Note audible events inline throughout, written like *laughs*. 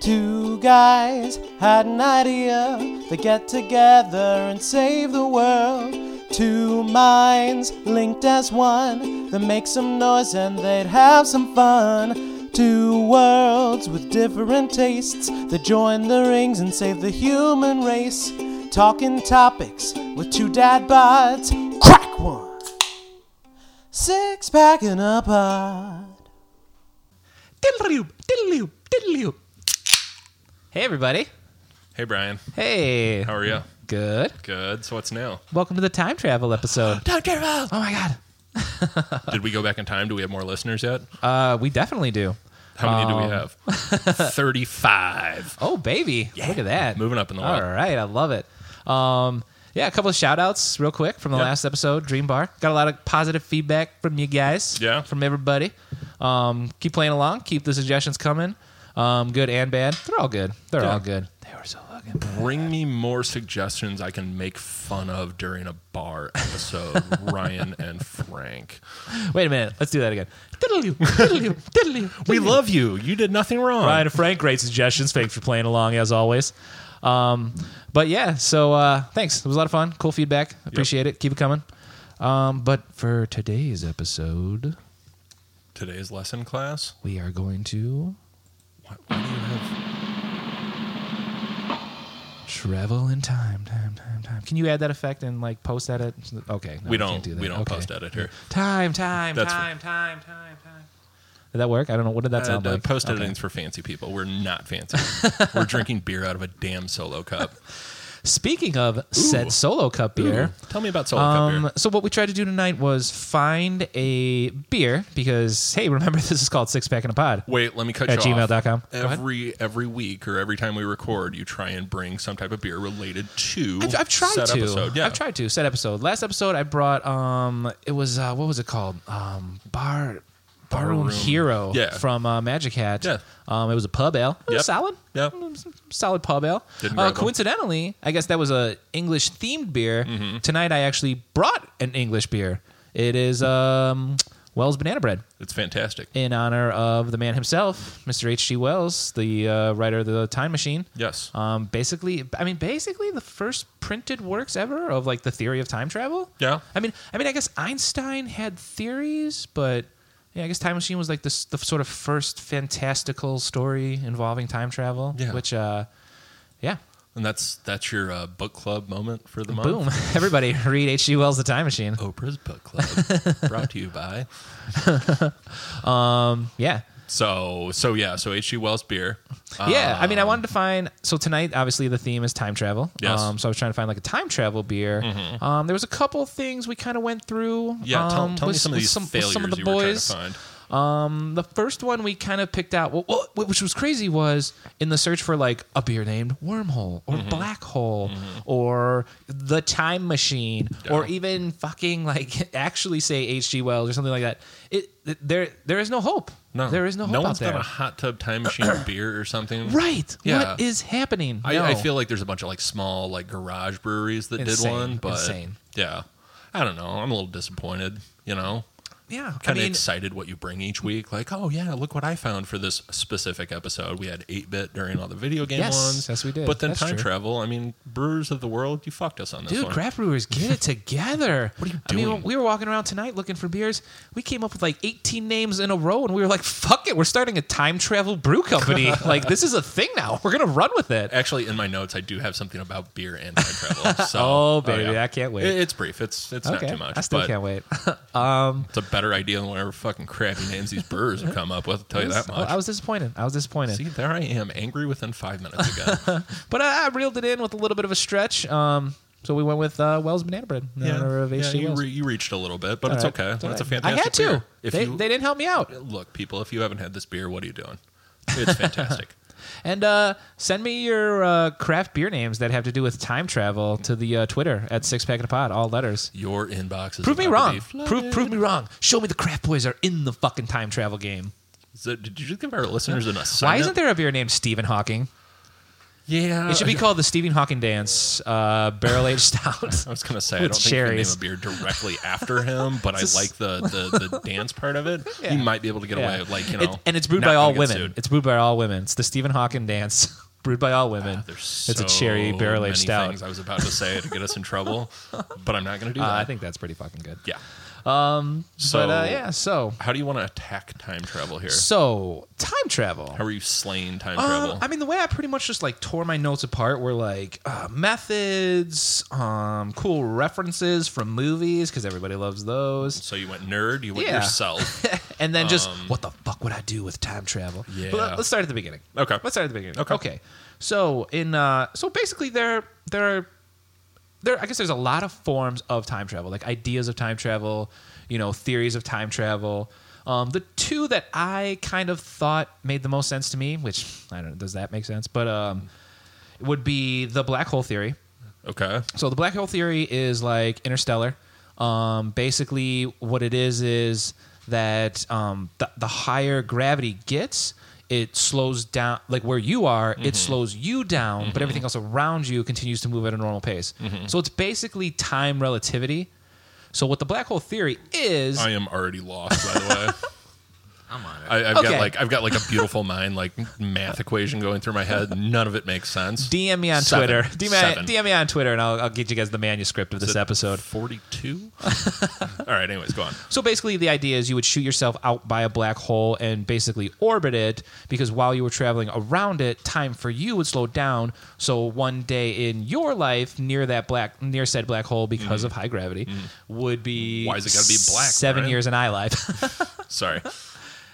Two guys had an idea to get together and save the world. Two minds linked as one, they make some noise and they'd have some fun. Two worlds with different tastes, they join the rings and save the human race. Talking topics with two dad bods, crack one, six pack and a pod. Diddle-oop, diddle-oop, diddle-oop. Hey, everybody. Hey Brian, Hey. how are you? Good. Good. So what's new? Welcome to the time travel *gasps* episode. Time travel. Oh, my God. Did we go back in time? Do we have more listeners yet? Uh, we definitely do. How many Um, do *laughs* we have? Thirty-five. Oh, baby. Look at that. Moving up in the All ladder. right. I love it. Um, yeah, a couple of shout outs real quick from the Yep. last episode, Dream Bar. Got a lot of positive feedback from you guys. Yeah. From everybody. Um, keep playing along. Keep the suggestions coming. Um, good and bad. They're all good. They're Yeah. all good. They were so fucking bad. Bring me more suggestions I can make fun of during a bar *laughs* episode. Ryan and Frank, Wait a minute. Let's do that again. Diddle-oop, diddle-oop, diddle-oop, we diddle-oop. love you. You did nothing wrong. Ryan and Frank, great suggestions. Thanks for playing along as always. Um, but yeah, so uh, thanks. It was a lot of fun. Cool feedback. Appreciate it. Keep it coming. Um, but for today's episode, Today's lesson class. we are going to Why, why do you have? travel in time, time, time, time. Can you add that effect and like post edit? Okay, no, we can't don't. do that. we don't Okay. post edit here. Time, time, That's- time, time, time, time. Did that work? I don't know. What did that sound Uh, like? post Okay. editing's for fancy people. We're *laughs* not fancy. We're drinking beer out of a damn solo cup. Speaking of said solo cup beer. Ooh, Tell me about solo cup Um, beer. so what we tried to do tonight was find a beer because hey, remember *laughs* this is called Six Pack in a Pod. Wait, let me cut At you off. gmail.com. Go ahead. Every every week or every time we record, you try and bring some type of beer related to. I've, I've tried said to. Episode. Yeah. I've tried to. Said episode. Last episode I brought um it was uh what was it called? Um bar Barroom Barroom. Hero Yeah. from uh, Magic Hat. Yeah. Um it was a pub ale. It was Yep. solid. Yep. It was a Solid pub ale. Didn't Uh, grab 'em. coincidentally, I guess that was a English themed beer. Mm-hmm. Tonight I actually brought an English beer. It is um Wells banana bread. It's fantastic. in honor of the man himself, Mr. H.G. Wells, the uh, writer of the Time Machine. Yes. Um, basically, I mean, basically the first printed works ever of like the theory of time travel. Yeah. I mean, I mean, I guess Einstein had theories, but yeah, I guess Time Machine was like this the sort of first fantastical story involving time travel. Yeah. Which, uh, yeah. and that's that's your uh, book club moment for the month. Boom! *laughs* Everybody read H.G. Wells' The Time Machine. Oprah's *laughs* book club brought to you by. Uh, Yeah, So so yeah so H.G. Wells beer. Uh, Yeah, I mean, I wanted to find. So tonight, obviously, the theme is time travel. Um, Yes. Mm-hmm. Um, so I was trying to find like a time travel beer. Um, there was a couple things we kind of went through. Yeah, tell, um, tell me with- some of with these with failures you were trying to find. Um, the first one we kind of picked out, well, well, which was crazy, was in the search for like a beer named Wormhole or Mm-hmm. Black Hole or the Time Machine or Yeah. even fucking like *laughs* actually say H.G. Wells or something like that. It, it- there there is no hope. No, there is no hope No out one's there. got a hot tub time machine *clears throat* beer or something. Right. Yeah. What is happening? I, No. I feel like there's a bunch of like small like garage breweries that Insane, did one, but insane. yeah, I don't know. I'm a little disappointed. You know, yeah. I kind of mean, excited what you bring each week. Like, oh yeah, look what I found for this specific episode. We had eight bit during all the video game Yes, ones. yes, we did. But then That's time true. travel. I mean, brewers of the world, you fucked us on this dude, one. craft brewers, get *laughs* it together. What are you I mean, doing? we were walking around tonight looking for beers. We came up with like 18 names in a row, and we were like, "Fuck it, we're starting a time travel brew *laughs* company. like, this is a thing now. We're gonna run with it." Actually, in my notes, I do have something about beer and *laughs* time travel. So, Oh, baby, I can't wait. It- it's brief. It's it's okay, not too much. I still but can't *laughs* wait. Um, It's a better idea than whatever fucking crappy names these brewers have come up with. I'll tell you that much. I was disappointed. I was disappointed. See, there I am, angry within five minutes ago. But *laughs* I, I reeled it in with a little bit of a stretch. Um, so we went with uh, Wells Banana Bread in honor of H.G. you, Wells. re- you reached a little bit, but All it's right, okay. it's all That's a right. fantastic I had to. beer. If they, you, they didn't help me out. look, people, if you haven't had this beer, what are you doing? It's fantastic. *laughs* And uh, send me your uh, craft beer names that have to do with time travel to the uh, Twitter at Six Pack and a Pod, all letters. Your inbox is Prove me about to wrong. be flooded. Prove, prove me wrong. Show me the craft boys are in the fucking time travel game. So, did you just give our listeners an Why assignment? isn't there a beer named Stephen Hawking? Yeah. It should be called the Stephen Hawking Dance uh, Barrel Aged *laughs* Stout. *laughs* I was gonna say I With don't think you can name cherries. a beer directly after him, but I like the, the *laughs* the dance part of it. Yeah. You might be able to get away Yeah. with like you It- know, and it's brewed not by all gonna women. get sued. It's brewed by all women. It's the Stephen Hawking Dance, *laughs* brewed by all women. Ah, There's it's a so cherry barrel aged many stout. Things I was about to say to get us *laughs* in trouble, but I'm not gonna do Uh, that. I think that's pretty fucking good. yeah. So, So- but uh, yeah, so How do you want to attack time travel here? so time travel. How are you slaying time Uh, travel? I mean, the way I pretty much just like tore my notes apart were like uh, methods, um, cool references from movies because everybody loves those, so you went nerd. You went Yeah. *laughs* yourself. and then just what the fuck would I do with time travel? Um, Yeah. But let- let's start at the beginning. Okay. let's start at the beginning. Okay. So in uh, so basically there there are there I guess there's a lot of forms of time travel, like ideas of time travel, you know, theories of time travel. Um, the two that I kind of thought made the most sense to me, which I don't know, does that make sense? But um, would be the black hole theory. Okay. So the black hole theory is like interstellar. Um, basically, what it is is that um, the, the higher gravity gets, it slows down. Like where you are, Mm-hmm. it slows you down, but everything else around you continues to move at a normal pace. Mm-hmm. So it's basically time relativity. So what the black hole theory is, I am already lost. By the way. *laughs* I'm on it. I, I've Okay. got like I've got like a beautiful mind, like math equation going through my head. None of it makes sense. DM me on Seven. Twitter. *laughs* DM, Seven. DM me on Twitter, and I'll, I'll get you guys the manuscript of this episode. *laughs* forty-two. All right. Anyways, go on. So basically, the idea is you would shoot yourself out by a black hole and basically orbit it because while you were traveling around it, time for you would slow down. So one day in your life near that black, near said black hole Mm-hmm. because of high gravity, would be Why's Mm-hmm. it gotta be black, Seven Brian? years in our life. *laughs* Sorry.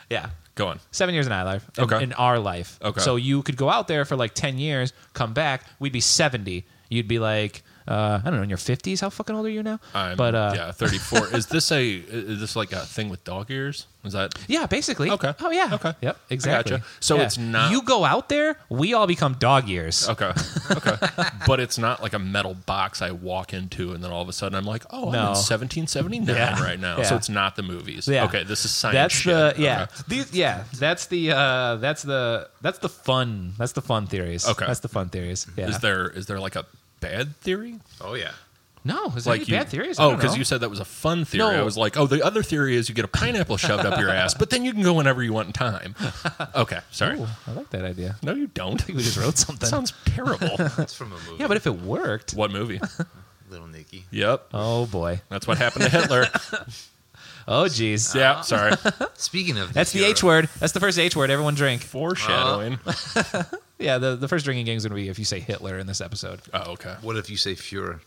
yeah. Go on. Seven years in our life. In, Okay. In our life. Okay. So you could go out there for like 10 years, come back, we'd be 70. You'd be like, uh, I don't know, in your 50s? How fucking old are you now? I'm, but uh, yeah, 34. is this a is this like a thing with dog ears? Is that Yeah, basically. Okay. Oh yeah. Okay. Yep. I Exactly. gotcha. So Yeah. it's not- You go out there, we all become dog ears. okay? Okay, *laughs* but it's not like a metal box I walk into and then all of a sudden I'm like, oh, I'm No. in 1779 Yeah. *laughs* right now. Yeah. So it's not the movies. Yeah. Okay, this is science. That's shit. the yeah. Okay. These yeah. That's the uh. That's the that's the fun. That's the fun theories. Okay. That's the fun theories. Yeah. Is there is there like a bad theory? Oh yeah. no? Is there Like any you, bad theories? I Oh, don't because know. you said that was a fun theory. No. I was like, oh, the other theory is you get a pineapple shoved up your ass, but then you can go whenever you want *laughs* in time. Okay, sorry. Ooh, I like that idea. No, you *laughs* don't. We just *laughs* wrote something. Sounds terrible. *laughs* That's from a movie. yeah, but if it worked, what movie? Little Nicky. Yep. oh boy, That's what happened *laughs* to Hitler. oh geez, yeah, sorry. Uh-huh. Speaking of, that's the Nicky, H word. That's the first H word. Everyone drink. Foreshadowing. Yeah, the, the first drinking game is gonna be if you say Hitler in this episode. oh, okay. What if you say Fuhrer?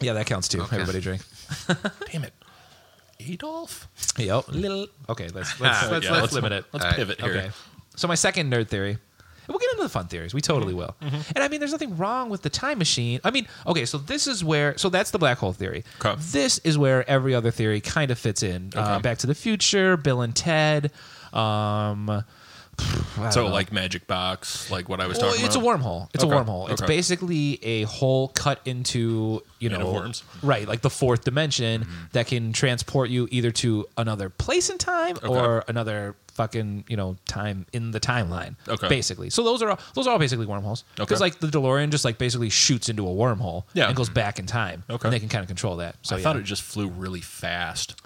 Yeah, that counts too. Okay. Everybody drink. Damn it. Adolf? Yep. Little. Okay, *laughs* let's let's, let's, Yeah, let's let's- limit it. Let's All right. pivot here. Okay. So my second nerd theory. and We'll get into the fun theories. We totally Mm-hmm. will. And I mean, there's nothing wrong with the time machine. I mean, okay, so this is where, so that's the black hole theory. Okay. This is where every other theory kind of fits in. Uh, Okay. Back to the Future, Bill and Ted. Um, *sighs* I So, don't know. like Magic Box, like what I was Uh, Well, talking it's a about. wormhole. It's Okay. a wormhole. It's Okay. basically a hole cut into you Made know of worms. Mm-hmm. right, like the fourth dimension that can transport you either to another place in time or another fucking you know time in the timeline. Okay. basically. So those are all, those are all basically wormholes because Okay. like the DeLorean just like basically shoots into a wormhole Yeah. and goes back in time. Okay. and they can kind of control that. So I yeah. thought it just flew really fast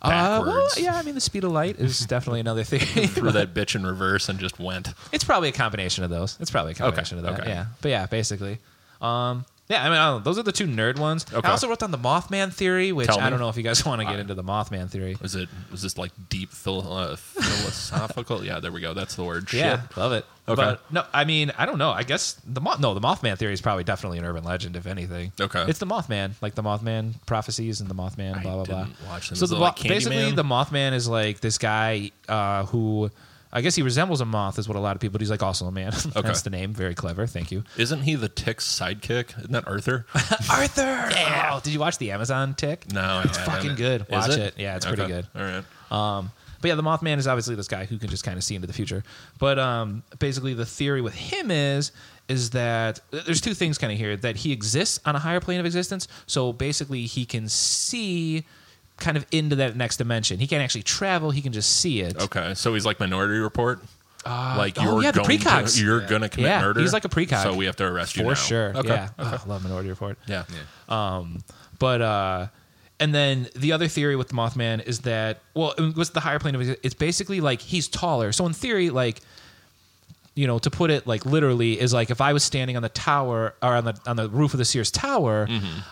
Uh, backwards well, yeah, *laughs* I mean the speed of light *laughs* is definitely another theory. threw that bitch in reverse and just went. It's probably a combination of those. It's probably a combination of that. okay. Yeah. But yeah, basically. Um, yeah, I mean, I don't know. those are the two nerd ones. Okay. I also wrote down the Mothman theory, which Tell I me. Uh, oh, don't know if you guys *laughs* want to get into the Mothman theory. Was it? Was this like deep phil- *laughs* uh, philosophical? yeah, there we go. That's the word. Yeah, Shit. love it. Okay. But no, I mean, I don't know. I guess the Moth. No, the Mothman theory is probably definitely an urban legend, if anything. Okay. It's the Mothman, like the Mothman prophecies and the Mothman, I blah blah blah. didn't watch them. So Is the, it like Mo- basically, Candyman? the Mothman is like this guy uh, who. I guess he resembles a moth, is what a lot of people. do. He's like also a man. *laughs* Okay. That's the name. Very clever. Thank you. Isn't he the tick's sidekick? Isn't that Arthur? *laughs* Arthur. Oh, did you watch the Amazon Tick? No, it's fucking good. Watch it? Yeah, it's pretty good. All right. But yeah, the Mothman is obviously this guy who can just kind of see into the future. But um, basically, the theory with him is is that uh, there's two things kind of here that he exists on a higher plane of existence. So basically, he can see kind of into that next dimension. He can't actually travel. He can just see it. Okay, so he's like Minority Report. like oh, you're yeah, the going precogs. to, you're gonna commit Yeah, murder. he's like a precog. So we have to arrest you for now. sure. Okay. Yeah, Ugh, love Minority Report. Yeah. Yeah. But uh, and then the other theory with the Mothman is that well, what's the higher plane of exi- it's basically like he's taller. So in theory, like you know, to put it like literally, is like if I was standing on the tower or on the on the roof of the Sears Tower,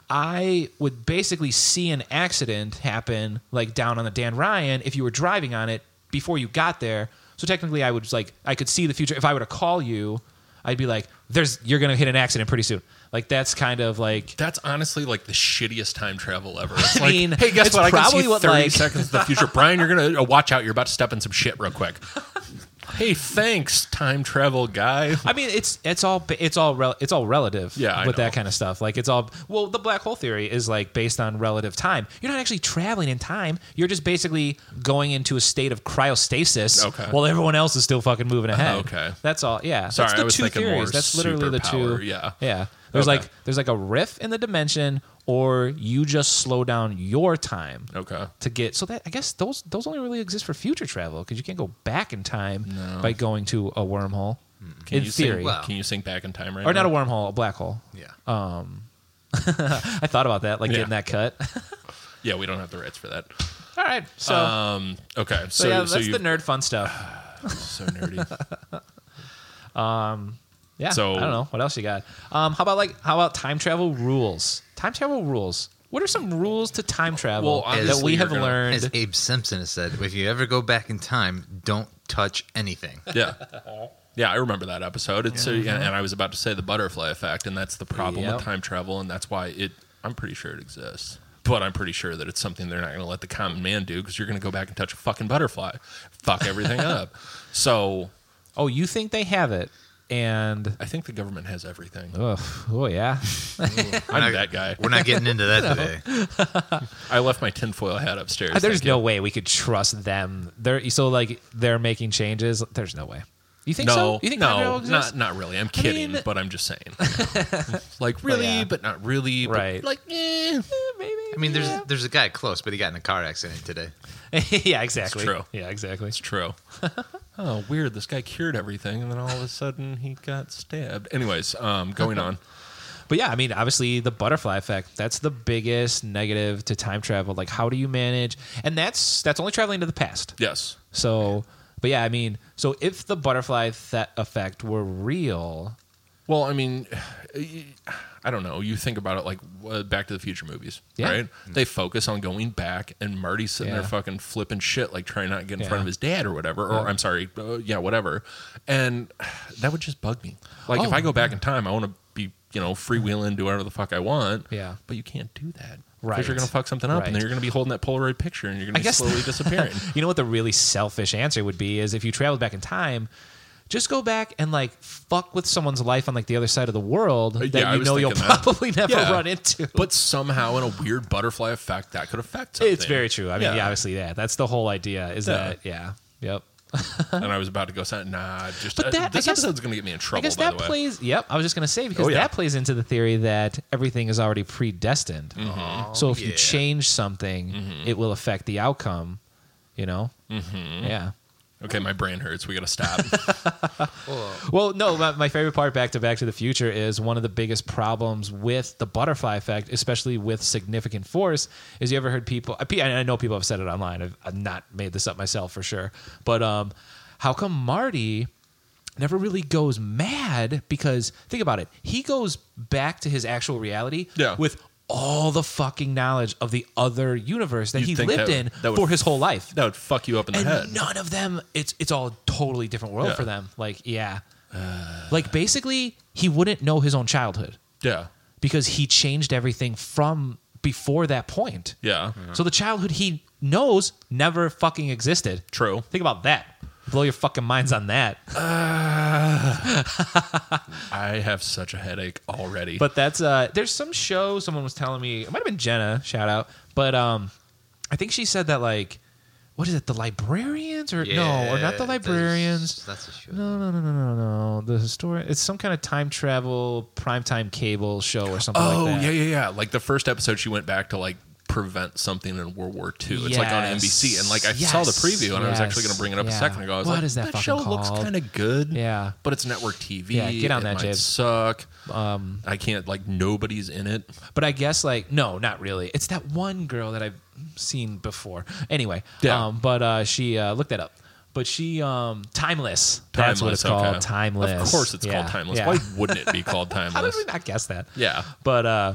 I would basically see an accident happen like down on the Dan Ryan if you were driving on it before you got there. So technically, I would like I could see the future. If I were to call you, I'd be like, "There's you're gonna hit an accident pretty soon." Like that's kind of like That's honestly like the shittiest time travel *laughs* ever. It's like, mean, hey, guess it's what? I can see probably what, 30 like- *laughs* seconds in the future. Brian, you're going to uh, watch out. You're about to step in some shit real quick. hey, thanks, time travel guy. *laughs* I mean, it's it's all it's all rel- it's all relative. Yeah, I with know. that kind of stuff. Like it's all well, the black hole theory is like based on relative time. You're not actually traveling in time. You're just basically going into a state of cryostasis Okay. while everyone else is still fucking moving ahead. okay. that's all. Yeah, Sorry, that's the I was two thinking more theories. that's literally the two. superpower, yeah. yeah. There's Okay. like there's like a riff in the dimension, or you just slow down your time Okay. to get so that I guess those those only really exist for future travel because you can't go back in time by going to a wormhole. in you theory, Sing, Wow. Can you sink back in time right or now? not a wormhole, a black hole. Yeah. Oh. I thought about that, like Yeah. getting that cut. *laughs* yeah, we don't have the rights for that. All right, so, Um, okay. So, so yeah, so that's you the nerd fun *sighs* stuff. so nerdy. Yeah, So- I don't know what else you got. Um, how about like how about time travel rules? Time travel rules. What are some rules to time travel Well, that obviously we you're have gonna- learned? As Abe Simpson has said, if you ever go back in time, don't touch anything. Yeah. Yeah, I remember that episode. It's so, and, and I was about to say the butterfly effect, and that's the problem Yep. with time travel, and that's why it. I'm pretty sure it exists, but I'm pretty sure that it's something they're not going to let the common man do because you're going to go back and touch a fucking butterfly, fuck *laughs* everything up. So oh, you think they have it, and I think the government has everything. ugh, oh yeah, I'm not- that guy. We're not getting *laughs* into that today. I left my tinfoil hat upstairs. Uh, there's Thank no way we could trust them. They're so like they're making changes. There's no way. You you. think no, so? You think time travel no, exists? not not really. I'm kidding, mean- but I'm just saying. *laughs* like really, yeah. but not really. but, Right. like eh. Eh, maybe. I mean, there's there's a guy close, but he got in a car accident today. *laughs* yeah, exactly. true. Yeah, exactly. It's true. *laughs* oh, weird. This guy cured everything, and then all of a sudden he got stabbed. Anyways, um, going on. But yeah, I mean, obviously the butterfly effect, that's the biggest negative to time travel. Like how do you manage? And that's that's only traveling to the past. Yes. So, but yeah, I mean, so if the butterfly th- effect were real, Well, I mean, *sighs* I don't know. You think about it like uh, Back to the Future movies, Yeah. Mm. right? They focus on going back, and Marty's sitting Yeah. there fucking flipping shit, like trying not to get in Yeah. front of his dad or whatever. Or I'm sorry, uh, yeah, whatever. And *sighs* that would just bug me. Like if Oh, I go back in time, I want to be. You know, freewheeling, do whatever the fuck I want. Yeah. but you can't do that Right. because you're gonna fuck something up, Right. and then you're gonna be holding that Polaroid picture, and you're gonna I be guess- *laughs* slowly disappearing. you know what the really selfish answer would be is if you traveled back in time, just go back and like fuck with someone's life on like the other side of the world that Uh, yeah, I you was know you'll thinking that. probably *laughs* never Yeah. run into. but somehow in a weird butterfly effect that could affect something. It's very true. I mean, yeah, obviously, yeah, that's the whole idea is Yeah. that, yeah, yep. and I was about to go say, nah, just Uh-huh. But uh, that- I this guess- episode's gonna get me in trouble. I guess by that the way, plays. Yep, I was just gonna say because Oh, yeah. that plays into the theory that everything is already predestined. Mm-hmm. so if you yeah. change something, it will affect the outcome. You know. Mm-hmm. Yeah. okay, my brain hurts. We *laughs* gotta stop. Well, no, my, my favorite part back to Back to the Future is one of the biggest problems with the butterfly effect, especially with significant force. Is you ever heard people? I pe- I know people have said it online. I've, I've not made this up myself for sure. But um, how come Marty never really goes mad? Because think about it, he goes back to his actual reality Yeah. with all the fucking knowledge of the other universe that You'd he think lived that- in that would- for his whole life that would fuck you up in the and head. none of them it's it's all a totally different world Yeah. for them like yeah like basically he wouldn't know his own childhood Yeah, because he changed everything from before that point yeah, so the childhood he knows never fucking existed true. think about that blow your fucking minds on that I have such a headache already. But that's uh there's some show someone was telling me it might have been Jenna, shout out. But um I think she said that like what is it, the librarians or no, or not the Yeah, that's- librarians. That's a show. No, no, no, no, no, no. The historian it's some kind of time travel primetime cable show or something oh like that. yeah, yeah, yeah. Like the first episode, she went back to like prevent something in World War II. It's like on Yes. NBC, and like I saw the Yes. preview, and I was actually Yes. going to bring it up Yeah. a second ago. I was What like, is that fucking show looks called?" kind of good, Yeah. but it's network TV. Yeah, get on it that, Um, might Jib. Suck. I can't like nobody's in it. But I guess like no, not really. It's that one girl that I've seen before. Anyway, Yeah. um, but uh, she uh, looked that up. But she um, timeless. That's what it's Timeless, called. okay. Timeless. Of course, it's Yeah, called timeless. yeah. Why wouldn't *laughs* it be called How did timeless? we not guess that? Yeah. But uh,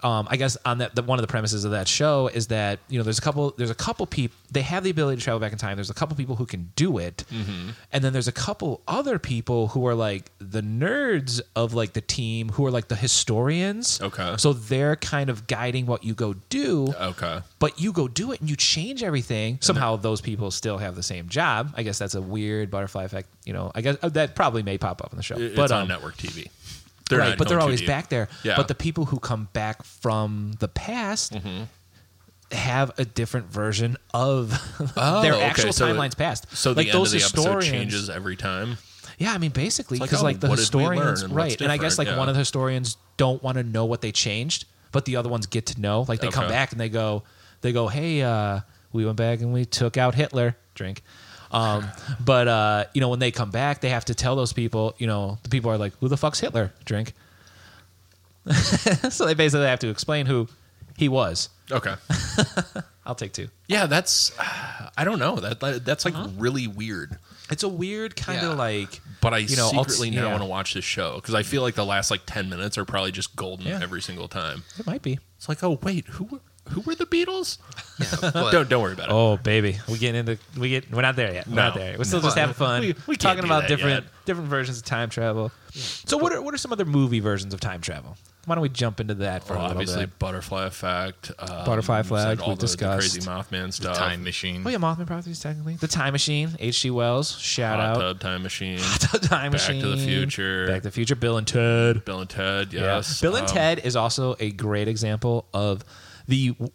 um, I guess on that, the, one of the premises of that show is that you know there's a couple there's a couple people they have the ability to travel back in time. There's a couple people who can do it, Mm-hmm. and then there's a couple other people who are like the nerds of like the team who are like the historians. Okay. So they're kind of guiding what you go do. okay. But you go do it and you change everything. Somehow those people still have the same job. I guess that's a weird butterfly effect. You know, I guess uh, that probably may pop up in the show. It- but it's on um, network TV. They're right, not but they're going too always deep. back there. Yeah. But the people who come back from the past Mm-hmm. have a different version of *laughs* Oh, their okay, actual so it- timelines past. So like the those end of the episode historians, changes every time. Yeah, I mean basically like, because oh, like, the what did we historians, learn and what's right? And I guess like different, one yeah. of the historians don't want to know what they changed, but the other ones get to know. Like they come Okay. back and they go, they go, hey, uh, we went back and we took out Hitler. Drink. Um, *laughs* but uh, you know when they come back, they have to tell those people. You know the people are like, who the fuck's Hitler? Drink. *laughs* so they basically have to explain who he was. Okay. I'll take two. *laughs* Yeah, that's I don't know. That, that that's like Uh-huh. really weird. It's a weird kind Yeah. of like, But I you know, I'll- secretly now yeah. want to watch this show because I feel like the last like ten minutes are probably just golden Yeah. every single time. It might be. It's like, oh wait, who were who were the Beatles? Yeah, but don't don't worry about it. Oh baby, we getting into we get we're not there yet. We're No. not there. We're still No. just having fun. We- We, we are can't talking do about that different yet. different versions of time travel. So what are what are some other movie versions of time travel? Why don't we jump into that for a Well, little Oh, obviously, bit? butterfly effect. Um, Butterfly effect, said all we've the, the crazy discussed. Mothman stuff. time machine. Oh yeah, Mothman Prophecies technically. The Time Machine, H.G. Wells, shout hot out. tub time machine. *laughs* The Time Back to Machine. the Future. Back to the Future. Bill and Ted. Bill and Ted. Yeah. Yes. Bill and Um, Ted is also a great example of the w-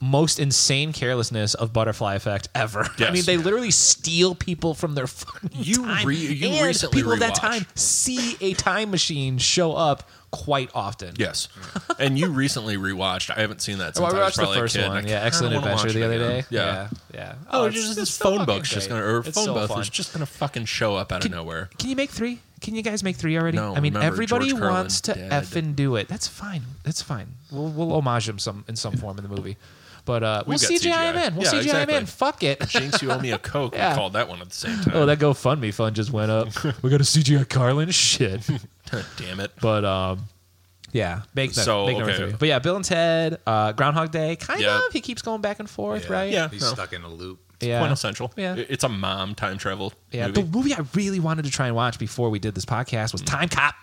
most insane carelessness of butterfly effect ever. *laughs* I Yes. mean, they literally steal people from their fucking You time, re- you and recently people of that rewatched. time see a time machine show up quite often. *laughs* Yes. and you recently rewatched. I haven't seen that Well, Oh, since I I was watched the probably first a kid. and I one, yeah, kinda Excellent wanna watch Adventure, the it other day. again. Yeah. yeah, yeah. Oh, it's it's just this so phone fucking book's just great. gonna or It's phone so booth fun. is just gonna fucking show up out of nowhere. Can you make three? Can you guys make three already? No, I mean, remember, everybody George Carlin's wants to dead. effing do it. That's fine. That's fine. We'll, we'll homage him some in some form in the movie, but uh, we'll We've got CGI, him CGI. in. We'll Yeah, CGI exactly. him in. Fuck *laughs* it. Jinx, you *laughs* owe me a coke. Yeah. We called that one at *laughs* the same time. oh, that GoFundMe fund just went *laughs* up. we got a CGI Carlin. Shit. Damn it. But um, yeah, make, the, So, make number okay. three. But yeah, Bill and Ted, uh, Groundhog Day, kind Yeah. of. He keeps going back and forth, right? Yeah. He's no. stuck in a loop. Yeah. Quintessential. Yeah. It- It's a mom time travel. Yeah, movie. the movie I really wanted to try and watch before we did this podcast Mm. was Time Cop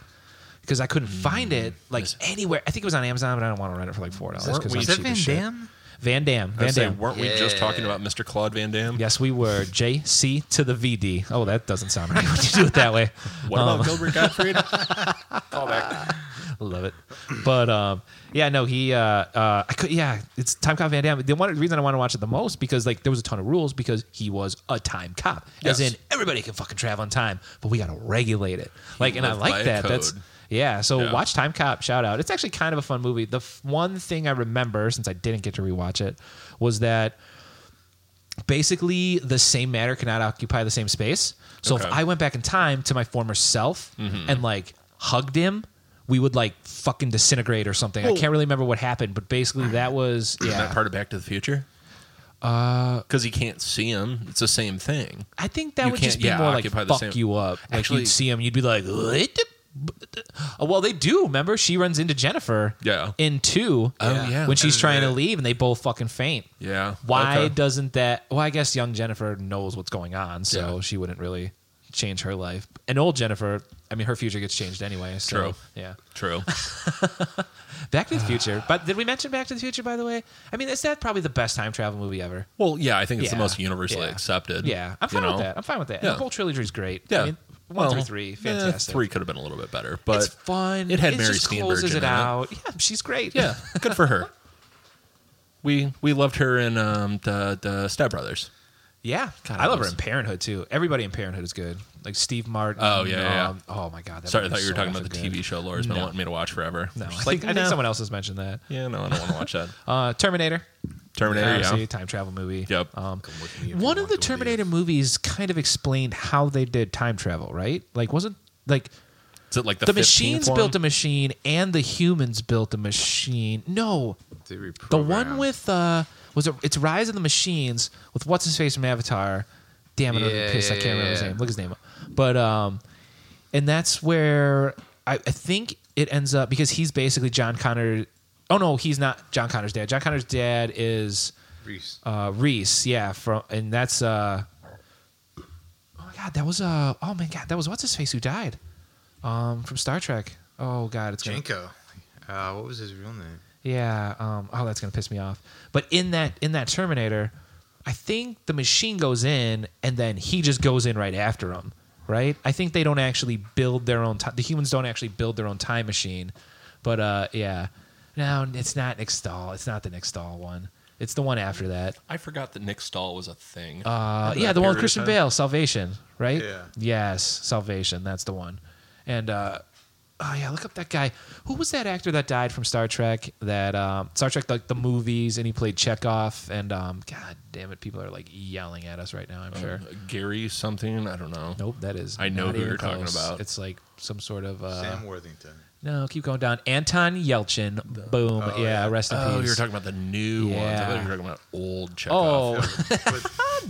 because I couldn't find it like anywhere. I think it was on Amazon, but I don't want to rent it for like four dollars. Weren't we- Is that Van Damme? Van Dam. I Van say, Dam. weren't we just Yeah. talking about Mr. Claude Van Damme? Yes, we were JC to the VD. Oh, that doesn't sound right when you do it that *laughs* way. What about Um, *laughs* Gilbert Gottfried? Call back. Love it. But um, yeah, no, he uh, uh, I could yeah, it's time cop Van Damme. The one reason I want to watch it the most because like there was a ton of rules because he was a time cop. As Yes. in everybody can fucking travel on time, but we gotta regulate it. Like and I lived by like a that. That's code. yeah, so Yeah. watch Time Cop. Shout out! It's actually kind of a fun movie. The f- one thing I remember since I didn't get to rewatch it was that basically the same matter cannot occupy the same space. So Okay. if I went back in time to my former self Mm-hmm. and like hugged him, we would like fucking disintegrate or something. I can't really remember what happened, but basically that was Isn't yeah. Uh, that part of Back to the Future? Because he can't see him. It's the same thing. I think that You would can't- just be yeah, more like occupy fuck the same- you up. Like Actually- you'd see him, you'd be like, "What the- what the-" Oh, well, they do. Remember, she runs into Jennifer. Yeah. in two. Oh, yeah. when she's And trying to the- leave, and they both fucking faint. Yeah. Why Okay. doesn't that? Well, I guess young Jennifer knows what's going on, so Yeah. she wouldn't really change her life. And old Jennifer, I mean, her future gets changed anyway. So, True. Yeah. *laughs* True. Back to the Future. but did we mention Back to the Future? By the way, I mean, is that probably the best time travel movie ever? Well, yeah, I think it's Yeah. the most universally Yeah. accepted. Yeah, I'm you fine know? with that. I'm fine with that. Yeah. The whole trilogy's great. Yeah. I mean, one Well, through three, eh, fantastic. three could have been a little bit better, but it's fun. It had it Mary just Steenburgen closes in it it. out. Yeah, she's great. *laughs* Yeah, good for her. We we loved her in um, the the Step Brothers. Yeah, God, I love her was- in Parenthood too. Everybody in Parenthood is good, like Steve Martin. Oh, yeah, yeah, um, Oh my god. That Sorry, I movie thought is you were so talking about the effing TV good. show Laura's been No. wanting me to watch forever. No, I She's think, like, I think no. someone else has mentioned that. Yeah, no, I don't want to watch *laughs* that. Uh, Terminator. Terminator, Obviously, yeah. time travel movie. Yep. Um, Come with me if you one of want the to believe. Terminator movies kind of explained how they did time travel, right? Like, wasn't like Is it like the, the, machines built a them? machine and the humans built a machine? No, They the reprogrammed. one with uh, was it? It's Rise of the Machines with what's his face from Avatar. Damn it, I'm Yeah, pissed. I yeah, can't remember his yeah. name. Look his name up. But um, and that's where I, I think it ends up because he's basically John Connor. Oh no, he's not John Connor's dad. John Connor's dad is Reese. uh, Reese, yeah, from and that's uh oh my god, that was uh oh my god, that was what's his face who died um from Star Trek. Oh god, it's gonna, Janko. Uh, what was his real name? yeah, um oh that's gonna piss me off. But in that in that Terminator, I think the machine goes in and then he just goes in right after him, right? I think they don't actually build their own time. The humans don't actually build their own time machine, but uh yeah, no, it's not Nick Stahl. It's not the Nick Stahl one. It's the one after that. I forgot that Nick Stahl was a thing. Uh, Remember yeah, that the one with period of Christian time? Bale, Salvation, right? Yeah. Yes, Salvation. That's the one. And uh, oh yeah, look up that guy. Who was that actor that died from Star Trek? That um, Star Trek, like the movies, and he played Chekhov. And um, God damn it, people are like yelling at us right now. I'm sure. Uh, Gary something. I don't know. Nope, that is. I know not who even you're talking close. about. It's like some sort of. Uh, Sam Worthington. *laughs* no, keep going down. Anton Yelchin. Boom. Oh, yeah, yeah. rest in Oh, peace. you're talking about the new ones. I thought Yeah. you were talking about old Chekhov. Oh But,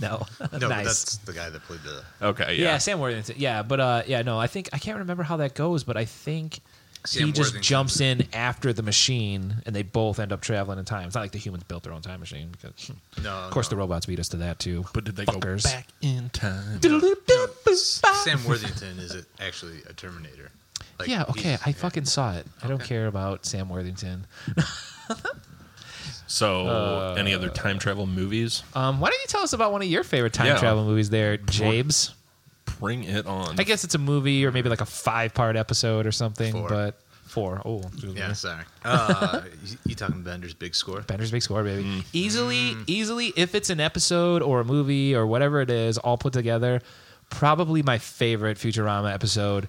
*laughs* no! no, *laughs* but nice. that's the guy that played the. Okay, Yeah, yeah. Sam Worthington. Yeah, but uh, yeah, no, I think I can't remember how that goes, but I think Sam he just Worthington. jumps in after the machine, and they both end up traveling in time. It's not like the humans built their own time machine. Because, No, of course, Hmm. the Oh, no. robots beat us to that too. But did they Fuckers. go back in time? Sam Worthington is a- actually a Terminator. Like, yeah, okay, he's- I fucking saw it. I don't Okay. care about Sam Worthington. So, Uh, any other time travel movies? Um, why don't you tell us about one of your favorite time Yeah. travel movies, there, Jabes? Bring it on. I guess it's a movie or maybe like a five-part episode or something, Four. but four. Oh, excuse me. Yeah, sorry. Uh, *laughs* you, you talking Bender's big score? Bender's Big Score, baby. Mm. Easily, easily, if it's an episode or a movie or whatever it is, all put together, probably my favorite Futurama episode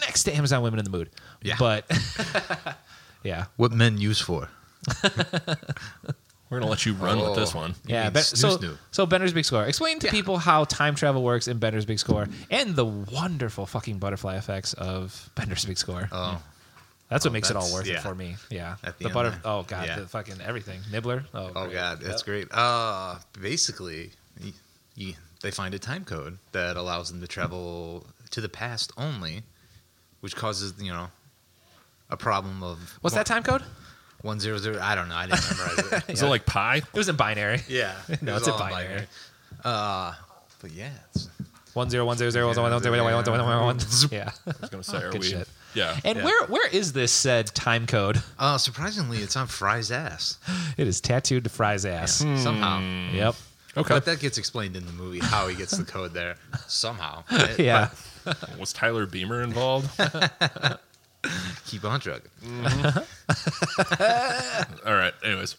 next to Amazon Women in the Mood. Yeah. *laughs* But *laughs* yeah. What men use for? We're going to let you run with this one. You Oh. yeah, mean Ben- snoo so snoo. so Bender's Big Score. Explain to people how time travel works in Bender's Big Score and the wonderful fucking butterfly effects of Bender's Big Score. Oh, that's what makes it all that's- worth it yeah. for me. Yeah, At the the end butter. there. Oh god, Yeah. the fucking everything. Nibbler. Oh, oh great. god, that's Yep. great. Uh, basically, y y they find a time code that allows them to travel to the past only, which causes you know a problem of What's that time code? It One zero zero. I don't know. I *laughs* didn't memorize it. Is it like pie? was in binary. yeah, *laughs* No, it it's was a all in binary. Uh, but yeah, it's, One zero one zero zero one zero zero one zero one one. Yeah. I was going to say, are Oh, Good we? shit. Yeah. And Yeah. where where is this said time code? uh, surprisingly, it's on Fry's ass It is tattooed to Fry's ass. somehow. Yep. okay. But that gets explained in the movie how he *laughs* gets the code there somehow. Yeah. Was Tyler Beamer involved? *laughs* keep on drugging. All right. Anyways,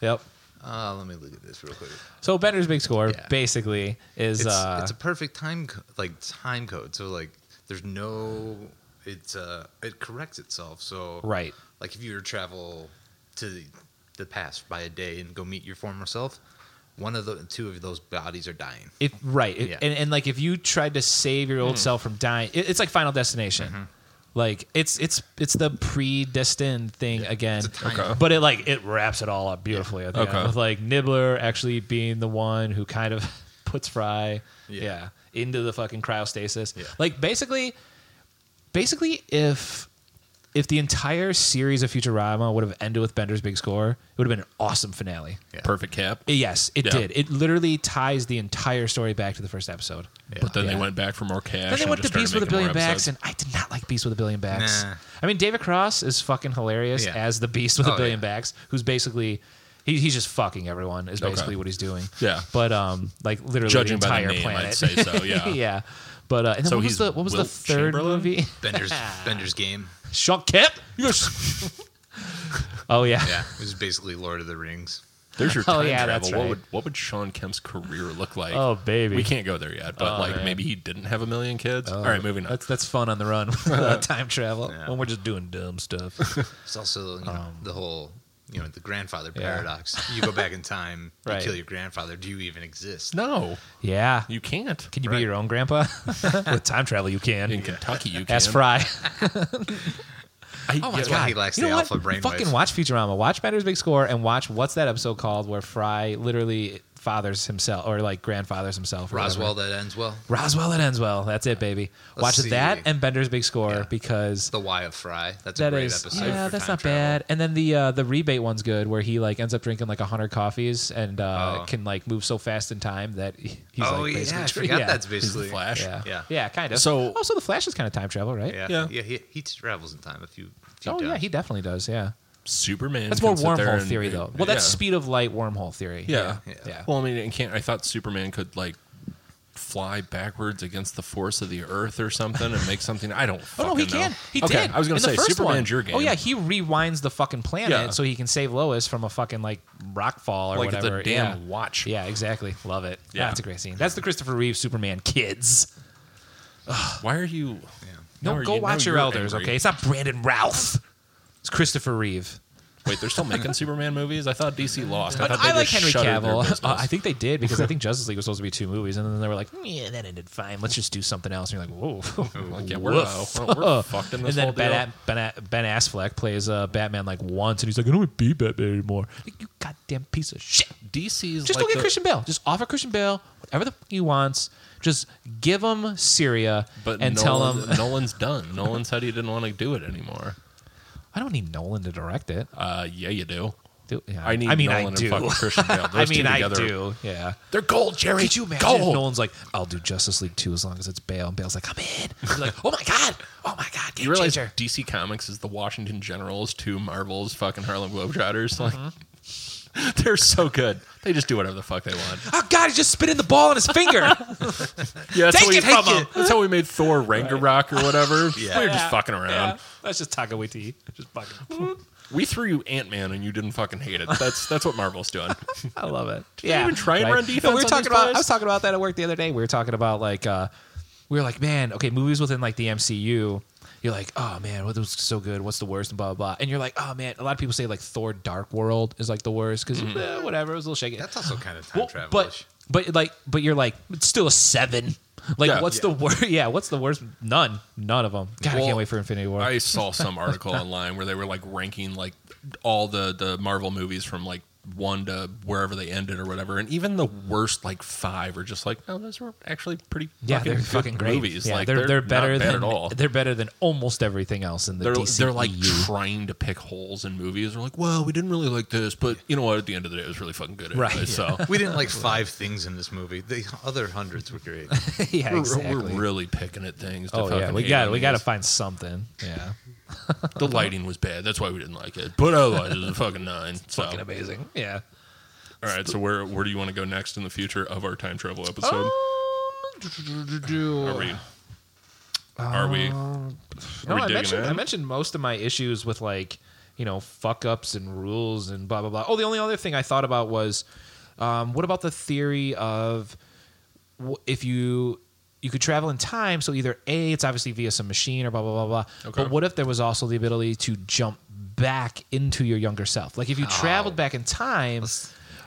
Yep. Uh, let me look at this real quick. So Bender's big score Yeah. basically is It's, uh it's a perfect time co- like time code. So like there's no it's uh it corrects itself. So right. like if you were to travel to the, the past by a day and go meet your former self, one of the two of those bodies are dying. If right. It- Yeah. Hmm. And and like if you tried to save your old self from dying, it- it's like Final Destination. Mm-hmm. Like it's it's it's the predestined thing again. It's a time Okay. but it like it wraps it all up beautifully at the Okay. end with like Nibbler actually being the one who kind of *laughs* puts Fry yeah. Yeah. into the fucking cryostasis. Yeah. Like basically basically if if the entire series of Futurama would have ended with Bender's big score, it would have been an awesome finale. Yeah. perfect cap. Yes, it Yeah. did. It literally ties the entire story back to the first episode. But then Yeah. they went back for more cash. Then they and went to just Beast with a started Billion making more Backs, episodes. and I did not like Beast with a Billion Backs. Nah. I mean, David Cross is fucking hilarious Yeah. as the Beast with a Oh, Billion yeah. Backs, who's basically he, he's just fucking everyone. Is Okay. basically what he's doing. Yeah. but um, like literally Judging the by entire the name, planet. I'd say *laughs* so. Yeah. yeah, but uh, and then So what was he's the what was the Wilt third Chamberlain? *laughs* movie? *laughs* Bender's Bender's game. Sean Kemp. Yes. oh yeah. Yeah. It was basically Lord of the Rings. There's your Oh, time yeah, travel. that's What right. would what would Sean Kemp's career look like? Oh, baby. we can't go there yet, but Oh, like man. maybe he didn't have a million kids. Oh. All right, moving on. That's that's fun on the run. *laughs* Uh, time travel when we're just doing dumb stuff. It's also you know, Um, the whole you know the grandfather paradox. You go back *laughs* in time, Right. you kill your grandfather. Do you even exist? No, yeah. you can't. Can you be your own *laughs* grandpa? With time travel, you can. in Kentucky? You can. Ask Fry. *laughs* I, Oh my yeah, God, he lacks you the know alpha what? brainwaves. Fucking watch Futurama. Watch Matter's Big Score and watch what's that episode called where Fry literally fathers himself or like grandfathers himself. or whatever. Roswell that ends well. Roswell. It ends well. That's it, baby. Let's watch see. that and Bender's Big Score because The Why of Fry. That's a that great is episode. yeah, for that's time not travel. bad. And then the uh, the rebate one's good where he like ends up drinking like hundred coffees and uh, Oh. can like move so fast in time that he- he's Oh like yeah, basically I *laughs* forgot yeah. that's he's the basically Flash. Yeah. yeah, Yeah. kind of. So- also the Flash is kind of time travel, right? Yeah, Yeah. yeah. he, he travels in time. If you, if you Oh yeah, does. he definitely does. Yeah. Superman. That's more can sit there wormhole and- theory, though. Well, that's speed of light wormhole theory. Yeah. Yeah. Yeah. Well, I mean, it can't. I thought Superman could like fly backwards against the force of the Earth or something and make something. I don't. Oh no, he fucking know. can. He okay, did. I was gonna in the say first Superman's one. your game. Oh yeah, he rewinds the fucking planet Yeah. so he can save Lois from a fucking like rock fall or like whatever. the damn yeah. watch. Yeah, exactly. Love it. Yeah. That's a great scene. That's the Christopher Reeve Superman kids. Why are you? No, Now are go you- now watch your you're elders, angry. okay? It's not Brandon Routh. It's Christopher Reeve. Wait, they're *laughs* still making Superman movies. I thought DC lost. I, But thought they I like just Henry shuttered their Cavill. business. Uh, *laughs* I think they did because I think Justice League was supposed to be two movies, and then they were like, "Mm, "Yeah, that ended fine. Let's just do something else." And you're like, *laughs* "Whoa, Like, *laughs* yeah, we're, uh, Woof. we're, we're fucked in and this then whole ben, deal. A- ben, A- ben Affleck plays uh, Batman like once, and he's like, "I don't want to be Batman anymore." Like, you goddamn piece of shit! DC's Just like go get the- Christian Bale. Just offer Christian Bale whatever the fuck he wants. Just give him Syria But and tell Nolan, him Nolan's done. Nolan said he didn't want to do it anymore. *laughs* I don't need Nolan to direct it. Uh, yeah, you do. Do- yeah. I need I mean, Nolan I and do. fucking Christian Bale. *laughs* I Those two mean, I together- do. Yeah. They're gold, Jerry. Could you imagine if Gold. Nolan's like, I'll do Justice League 2 as long as it's Bale. And Bale's like, I'm in. He's like, oh my God. Oh my God. Game You realize changer. DC Comics is the Washington Generals to Marvel's fucking Harlem Globetrotters. Mm-hmm. Like, *laughs* they're so good. They just do whatever the fuck *laughs* they want. Oh God, he's just spitting the ball on his *laughs* finger. Yeah, Take that's how we, it from 'em. That's how we *laughs* made Thor Rangarok or whatever. We were just fucking around. That's just Taka Waititi. Just *laughs* fucking. We threw you Ant Man and you didn't fucking hate it. That's that's what Marvel's *laughs* doing. I love it. yeah. even try and run No, defense we were on talking these about. guys? I was talking about that at work the other day. We were talking about like uh, we were like, man, okay, movies within like the MCU. You're like, oh man, what was so good? What's the worst? And blah blah. blah. And you're like, oh man, a lot of people say like Thor: Dark World is like the worst because Mm-hmm. whatever, it was a little shaky. That's also kind of time Well, travel. But but like but you're like it's still a seven. Like Yeah. what's the worst? *laughs* Yeah, what's the worst? None, none of them. God, I Well, can't wait for Infinity War. *laughs* I saw some article online where they were like ranking like all the the Marvel movies from like one to wherever they ended or whatever, and even the worst like five are just like, oh, those were actually pretty yeah, fucking they're good fucking great. movies. Yeah, like they're, they're not better bad than at all. they're better than almost everything else in the They're, DC. *laughs* they're like *laughs* trying to pick holes in movies. They're like, well, we didn't really like this, but you know what? At the end of the day, it was really fucking good. Anyway, Right. *laughs* Yeah. So we didn't like five things in this movie. The other hundreds were great. yeah, we're, exactly. we're really picking at things. To oh yeah, fucking we hate got on we got to these. find something. Yeah, The lighting was bad. That's why we didn't like it. But otherwise, it was a *laughs* fucking nine. So. fucking amazing. Yeah. All right, so where where do you want to go next in the future of our time travel episode? Um, Oh. Are we? No, Are we? Are we I digging mentioned in? I mentioned most of my issues with like you know fuck ups and rules and blah blah blah. Oh, the only other thing I thought about was um, what about the theory of w- if you you could travel in time? So either a it's obviously via some machine or blah blah blah blah. Okay. But what if there was also the ability to jump back into your younger self? Like if you traveled back in time.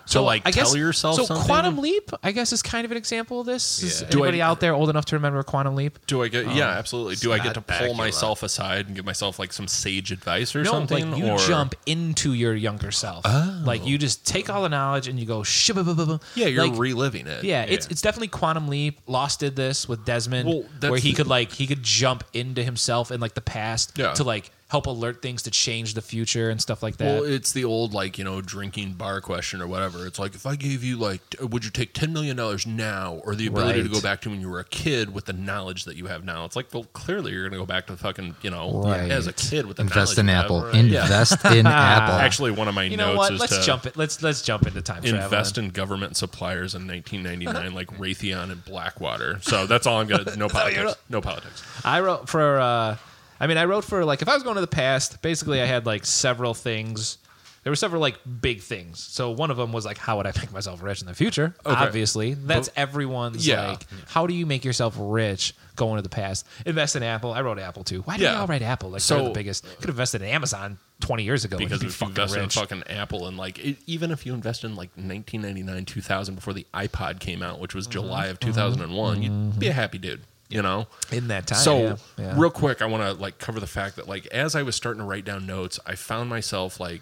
So, Oh. like, tell yourself So something? quantum leap, I guess, is kind of an example of this. Is Yeah. Do I- anybody out there old enough to remember quantum leap? Do I get? um, yeah, absolutely. Do I get to Scott pull Bakula. myself aside and give myself like some sage advice or no, something? like you or Oh. jump into your younger self. Like you just take all the knowledge and you go shibba. Yeah, you're like, reliving it. yeah, it's it's definitely quantum leap. Lost did this with Desmond, Well, that's where he the- could like he could jump into himself in like the past Yeah. to like help alert things to change the future and stuff like that. Well, it's the old like you know drinking bar question or whatever. It's like if I gave you like, t- would you take ten million dollars now or the ability to Right. go back to when you were a kid with the knowledge that you have now? It's like, well, clearly you're gonna go back to fucking you know Right. as a kid with the knowledge Invest in you have. Apple. Right. Yeah. *laughs* Invest in Apple. Actually, one of my you notes know what? is Let's to jump it. Let's let's jump into time travel. invest in government suppliers in Uh-huh. 1999, like Raytheon and Blackwater. So that's all *laughs* I'm gonna. No politics. No politics. I wrote for. Uh, I mean, I wrote for like if I was going to the past. Basically, I had like several things There were several like big things. So one of them was like, how would I *laughs* make myself rich in the future? Okay. Obviously, that's everyone's Yeah. like, how do you make yourself rich? Go into the past, invest in Apple. I wrote Apple too. Why did Yeah. I write Apple? Like So- they're the biggest. Could have invested in Amazon twenty years ago and because be if you fucking invest in rich. fucking Apple and like it, even if you invest in like 1999, 2000 before the iPod came out, which was July of 2001, you'd be a happy dude, you know. in that time. so yeah. Yeah. real quick, I want to like cover the fact that like as I was starting to write down notes, I found myself like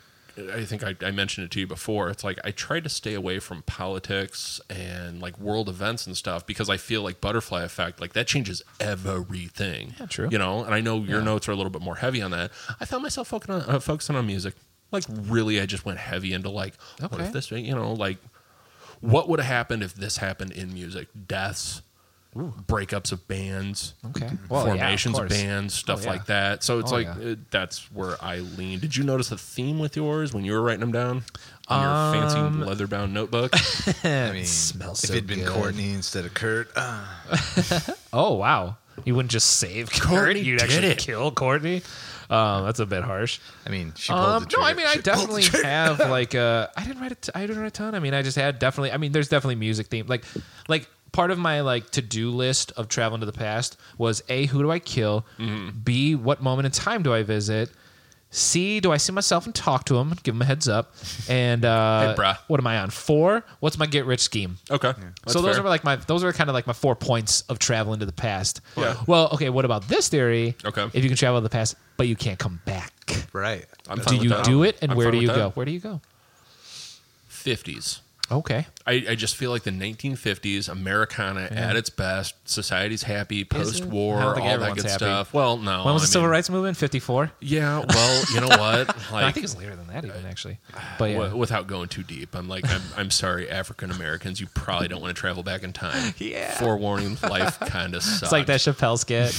I think I, I mentioned it to you before. It's like I tried to stay away from politics and like world events and stuff because I feel like butterfly effect like that changes everything. Yeah, true. You know, and I know your notes are a little bit more heavy on that. I found myself focusing on, uh, focusing on music. Like really, I just went heavy into like what if Okay. this thing, you know, like what would have happened if this happened in music? Deaths, breakups of bands, Okay. Well, yeah, of formations of course. bands, stuff Oh, yeah. like that. So it's Oh, like yeah. uh, that's where I lean. Did you notice a theme with yours when you were writing them down on your Um, fancy *laughs* leather-bound notebook? I mean, smells if so it'd been good. Courtney instead of Kurt, uh, Oh wow! You wouldn't just save *laughs* Courtney. Courtney You'd did actually it. kill Courtney. Um, that's a bit harsh. I mean, she pulled Um, the no, I trigger. mean I She *laughs* pulled the definitely trigger. have like uh, I didn't write a t- I didn't write a ton. I mean I just had definitely. I mean there's definitely music theme like like part of my like to do list of traveling to the past was a who do I kill, b what moment in time do I visit. C, do I see myself and talk to him, give him a heads up, and uh, Hey, bruh. what am I on four? What's my get rich scheme? Okay, that's so those fair. are like my those are kind of like my four points of traveling to the past. Yeah. Well, okay. What about this theory? Okay. If you can travel to the past, but you can't come back, right. I'm do fine with you that. do it? And I'm where fine do with you that. go? Where do you go? Fifties. Okay. I, I just feel like the 1950s Americana at its best. Society's happy post-war, I don't think all that everyone's good happy. stuff. Well, no. when was I the civil mean, rights movement? Fifty four. Yeah. Well, you know *laughs* what? Like, I think it's later than that, even actually. But yeah. wi- without going too deep. I'm like, I'm, I'm sorry, African Americans, you probably don't want to travel back in time. *laughs* Yeah. Forewarning, *laughs* life kind of sucks. It's like that Chappelle skit.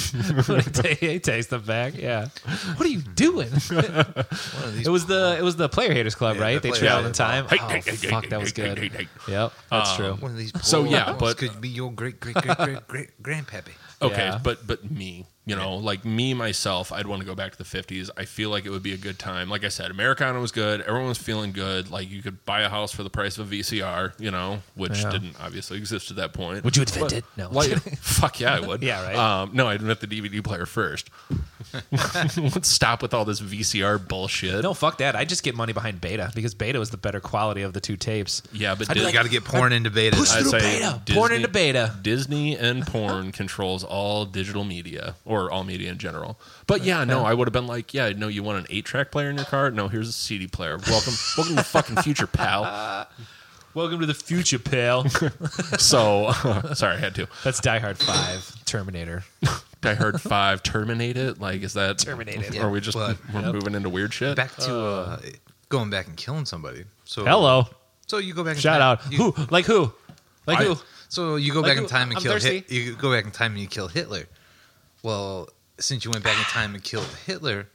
*laughs* when he, ta- he takes them back. Yeah. What are you doing? One of *laughs* these It was the it was the Player Haters Club, Yeah, right? the they Player traveled in Haters time. Club. Oh, Hey, hey, hey, fuck, hey, that hey, was hey, hey, good. hey. Yep, that's true. One of *laughs* these. So, yeah, Polaroids but- could be your great great great great great grandpappy. Okay, Yeah. but but me, you know, like me myself, I'd want to go back to the fifties. I feel like it would be a good time. Like I said, Americana was good. Everyone was feeling good. Like you could buy a house for the price of a VCR, you know, which Yeah. didn't obviously exist at that point. Would you invent it? No. Like, *laughs* fuck yeah, I *laughs* would. Yeah, right. Um, no, I'd invent the DVD *laughs* player first. *laughs* Let's stop with all this VCR *laughs* bullshit. No, fuck that. I just get money behind Beta because Beta was the better quality of the two tapes. Yeah, but I'd be Disney- like, Got to get porn into beta. push I'd through say Beta. Disney- Porn into Beta. Disney and porn controls all digital media or all media in general. But yeah, no, I would have been like, yeah, no, you want an eight-track player in your car? No, here's a CD player. Welcome, welcome to the fucking *laughs* future, pal. Welcome to the future, pal. So *laughs* sorry, I had to. *laughs* That's Die Hard Five, Terminator. I heard five terminate it. Like, is that Terminate it. Are we just But- we're moving into weird shit? Back to uh, going back and killing somebody. So Hello. So you go back. in Shout time- out. you- who? Like who? Like I- who? So you go Like back in who? time and I'm kill thirsty. Hit, you go back in time and you kill Hitler. Well, since you went back in time and killed Hitler,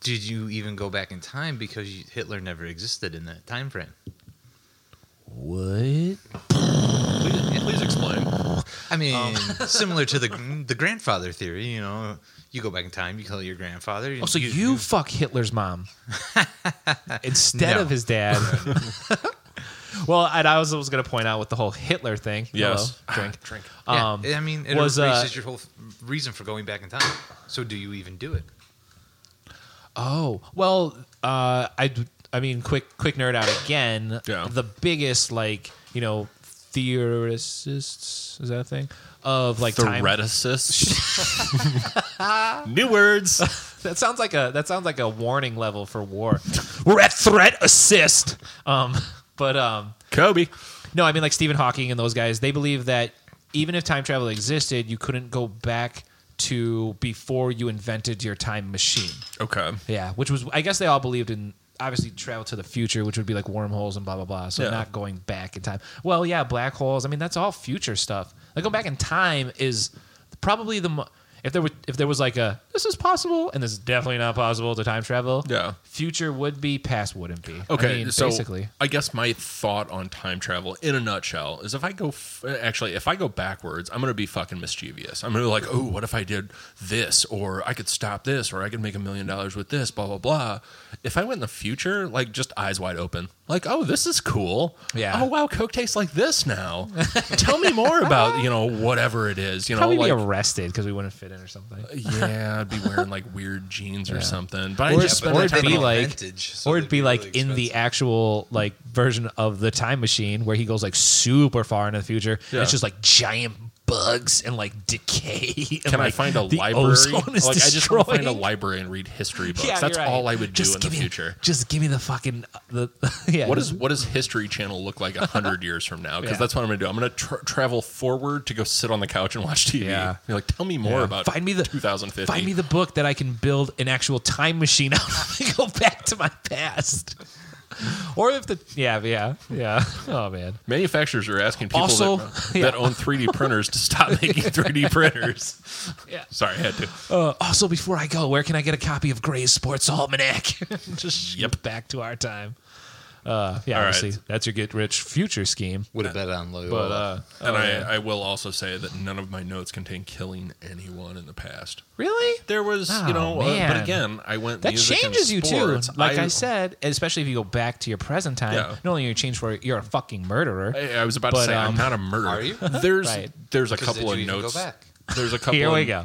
did you even go back in time because you, Hitler never existed in that time frame? What? Please, please explain. I mean, Um, *laughs* similar to the the grandfather theory, you know, you go back in time, you kill your grandfather. Oh, so you fuck Hitler's mom instead No. of his dad. well, and I was, was going to point out with the whole Hitler thing. Yes. Hello, drink. Drink. Ah, Yeah, Um, I mean, it was, uh, erases your whole f- reason for going back in time. So do you even do it? Oh well, uh, I I mean, quick quick nerd out again. Yeah. The biggest like you know theorists is that a thing of like time. *laughs* Theoreticist. *laughs* New words. That sounds like a that sounds like a warning level for war. *laughs* We're at threat assist. Um, *laughs* but um, Kobe. No, I mean like Stephen Hawking and those guys. They believe that even if time travel existed, you couldn't go back to before you invented your time machine. Okay. Yeah, which was I guess they all believed in obviously travel to the future, which would be like wormholes and blah blah blah. So Yeah. not going back in time. Well, yeah, black holes. I mean that's all future stuff. Like going back in time is probably the mo- if there were if there was like a this is possible and this is definitely not possible to time travel. Yeah. Future would be, past wouldn't be. I Okay, mean, so basically. I guess my thought on time travel, in a nutshell, is if I go f- actually, if I go backwards, I'm gonna be fucking mischievous. I'm gonna be like, oh, what if I did this, or I could stop this, or I could make a million dollars with this, blah blah blah. If I went in the future, like just eyes wide open, like, oh, this is cool. Yeah. Oh wow, Coke tastes like this now. Tell me more about you know whatever it is. You know, Probably like be arrested because we wouldn't fit in or something. yeah, I'd be wearing like weird jeans or something. But I Or just it's- spend or my it'd time be in- like- vintage, so or they'd it'd be like really in the expensive. actual like version of the time machine where he goes like super far into the future. and Yeah. it's just like giant bugs and like decay. *laughs* And, Can I like, find a the library? ozone is like I just want to find a destroyed. library and read history *laughs* books. Yeah, That's you're right. all I would do Just in the give me- future. Just give me the fucking uh, the *laughs* yeah. What is what does History Channel *laughs* look like a hundred years from now? Because Yeah. that's what I'm gonna do. I'm gonna tra- travel forward to go sit on the couch and watch TV. Yeah. You're like, tell me more Yeah. about Find me the- 2050. Find me the book that I can build an actual time machine *laughs* out of and go back to my past. *laughs* Or if the yeah yeah yeah *laughs* oh man Manufacturers are asking people Also- *laughs* that, yeah. that own 3D printers to stop *laughs* making 3D printers. yeah. Sorry, I had to. Uh, also, before I go, where can I get a copy of Gray's Sports Almanac? *laughs* Just yep, back to our time. Uh, yeah, Mm-hmm. All right. obviously that's your get rich future scheme. would have bet on Loyola. But uh, And I, I will also say that none of my notes contain killing anyone in the past. really, There was, Oh, you know, uh, but man. again, I went that music and changes you too. sports. Like I, said, especially if you go back to your present time. Yeah. Not only are you change for you're a fucking murderer. I, I was about But, to say um, I'm not a murderer. Are you? *laughs* There's Right. there's a 'Cause couple did of you even go notes. back? *laughs* There's a couple. Here of, we go.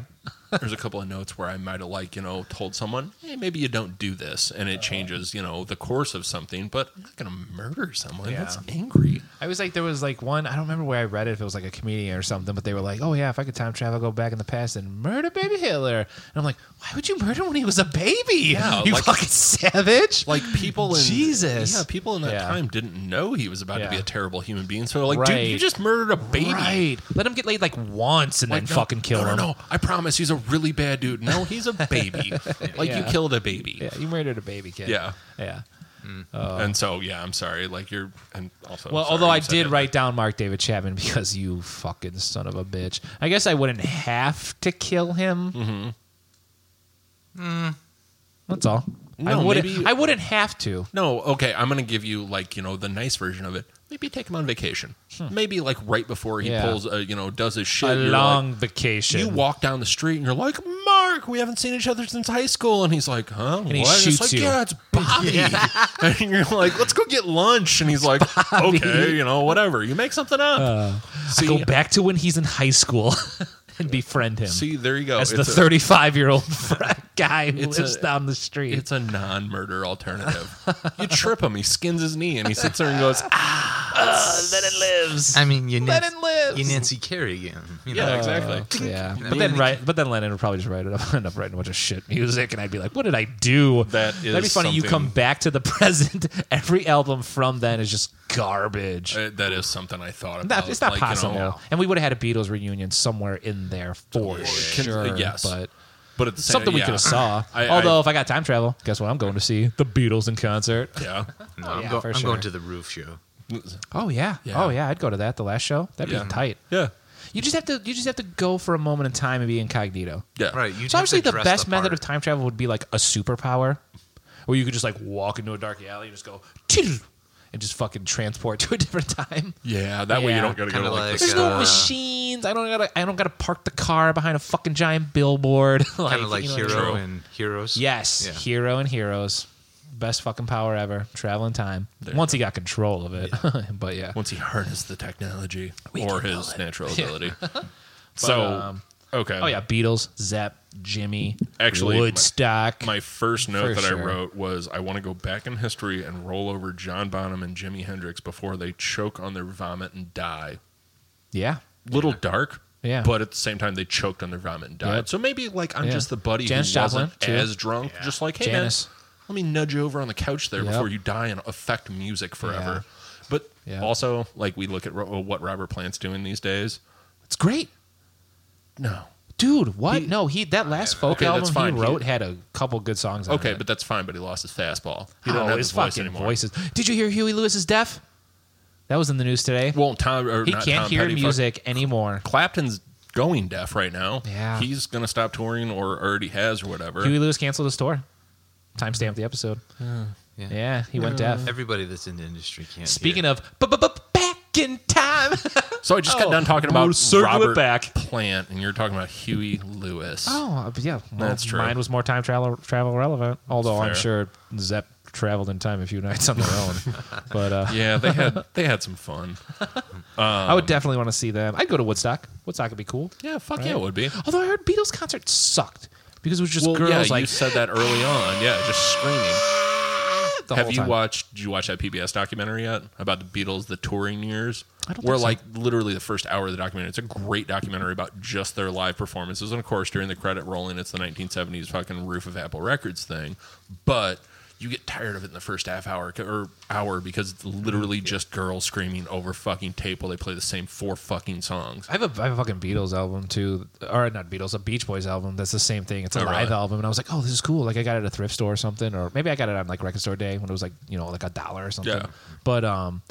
*laughs* There's a couple of notes where I might have like you know told someone, hey, maybe you don't do this, and it changes you know the course of something. But I'm not gonna murder someone. Yeah. That's angry. I was like, there was like one. I don't remember where I read it. If it was like a comedian or something, but they were like, "Oh yeah, if I could time travel, go back in the past and murder baby Hitler." And I'm like, "Why would you murder when he was a baby? Yeah, you like- fucking savage!" Like people in Jesus. yeah, people in that Yeah. time didn't know he was about Yeah. to be a terrible human being. So they're like, dude, you Right. just murdered a baby. Right. Let him get laid like once and then Like, no, fucking kill no, him. No, no, I promise he's a really bad dude. No, he's a baby. like *laughs* you Yeah. killed a baby. Uh, Yeah, you murdered a baby kid. Yeah. Yeah. And so, yeah, I'm sorry. Like you're, and also, Well, sorry although I you said did that. write down Mark David Chapman *laughs* because you fucking son of a bitch. I guess I wouldn't have to kill him. Mm-hmm. That's all. Mm-hmm. No, I wouldn't. maybe- I wouldn't have to. No, okay, I'm gonna give you like you know the nice version of it. Maybe take him on vacation. Maybe like right before he Hmm. Yeah. pulls, uh, you know, does his shit. A you're long Like, vacation. you walk down the street and you're like, Mark, we haven't seen each other since high school, and he's like, huh? And he what? shoots it's like, you. Yeah, it's *laughs* Bobby. *laughs* and you're like, let's go get lunch, and he's like, okay, you know, whatever. You make something up. see, Uh, go back to when he's in high school *laughs* and befriend him see, there you go. as the It's a- thirty-five-year-old *laughs* guy who It's a- lives down the street. It's a *laughs* non-murder alternative. you trip him, he skins his knee, and he sits there and goes, "Ah, then it lives. I mean, you Nancy, Lennon lives. you Nancy Carey again. You know? "Yeah, exactly." Oh, Yeah, I but then mean- right, but then Lennon would probably just write it up, *laughs* end up writing a bunch of shit music, and I'd be like, "What did I do?" That That'd be is funny. You something- come back to the *laughs* present. Every album from then is just garbage. Uh, that is something I oh. thought about. That- it's not like, you know, possible. and we would have had a Beatles reunion somewhere in there for Can- uh, sure. yes. but but at the same, something we yeah. could have saw. *laughs* I- I- Although if I got time travel, guess what? I'm going to see the Beatles in concert. yeah, No, I'm, oh, yeah, go- for I'm sure. going to the roof show. Oh yeah. Yeah. Oh yeah. I'd go to that. The last show. That'd Yeah. be tight. yeah, You just have to. You just have to go for a moment in time and be incognito. yeah. Right. You So obviously, the best method of time travel would be like a superpower, where you could just like walk into a dark alley and just go, "Tiddle," and just fucking transport *laughs* to a different time. Yeah, that way Yeah. you don't gotta go Kinda to like, like, There's the no uh, machines. I don't gotta. I don't gotta park the car behind a fucking giant billboard. *laughs* like, kind of like you know what I hero mean? True. and heroes. Yes, Yeah. hero and heroes, best fucking power ever. Travel in time. There you Once he got control of it, *laughs* but yeah. once he harnessed the technology We or can his do it. natural ability. *laughs* so um, okay. Oh yeah, Beatles, Zepp, Jimmy, Actually, my- Woodstock. My first note For that I sure. wrote was I want to go back in history and roll over John Bonham and Jimi Hendrix before they choke on their vomit and die. yeah, Little dark. Yeah. But at the same time, they choked on their vomit and died. Yep. So maybe like I'm Yeah. just the buddy Janis who wasn't Joplin, too. as drunk. Just like, hey Janis. man, let me nudge you over on the couch there Yep. before you die and affect music forever. But Yeah. also, like we look at ro- uh, what Robert Plant's doing these days. it's great. No. Dude, what? no, he that last folk Okay, that's album fine. he He- wrote had a couple good songs. on Okay, it. but that's fine. But he lost his fastball. He oh, don't have his, his voice fucking anymore. voices. Did you hear Huey Lewis is deaf? That was in the news today. Well, Tom. Or he not can't Tom hear Petty, fuck- music anymore. Clapton's going deaf right now. Yeah. He's going to stop touring or already has or whatever. Huey Lewis canceled his tour. Timestamp the episode. yeah. Oh, Yeah, he went deaf. Everybody that's in the industry can't. Speaking of bu- bu- bu- back in time, *laughs* so I just got Oh, done talking we'll about circle it Robert back. Plant, and you're talking about Huey Lewis. Oh, uh, yeah. Well, That's true. Mine was more time travel travel relevant, although I'm fair. sure Zepp traveled in time a few nights on their *laughs* own. but uh, Yeah, they *laughs* had they had some fun. I would definitely want to see them. I'd go to Woodstock. Woodstock would be cool. Yeah, fuck yeah, it would be. Although I heard Beatles concert sucked because it was just Well, girls yeah, you like said that early on. Yeah, just screaming. the Have whole you time. watched? Did you watch that PBS documentary yet about the Beatles, the touring years? I don't Where think so. like literally the first hour of the documentary. It's a great documentary about just their live performances, and of course during the credit rolling, it's the 1970s fucking roof of Apple Records thing. But you get tired of it in the first half hour or hour because it's literally just girls screaming over fucking tape while they play the same four fucking songs. I have, a, I have a fucking Beatles album too, or not Beatles, a Beach Boys album. That's the same thing. It's a Oh, live really? album, and I was like, "Oh, this is cool!" Like I got it at a thrift store or something, or maybe I got it on like record store day when it was like you know like a dollar or something. Yeah. But um,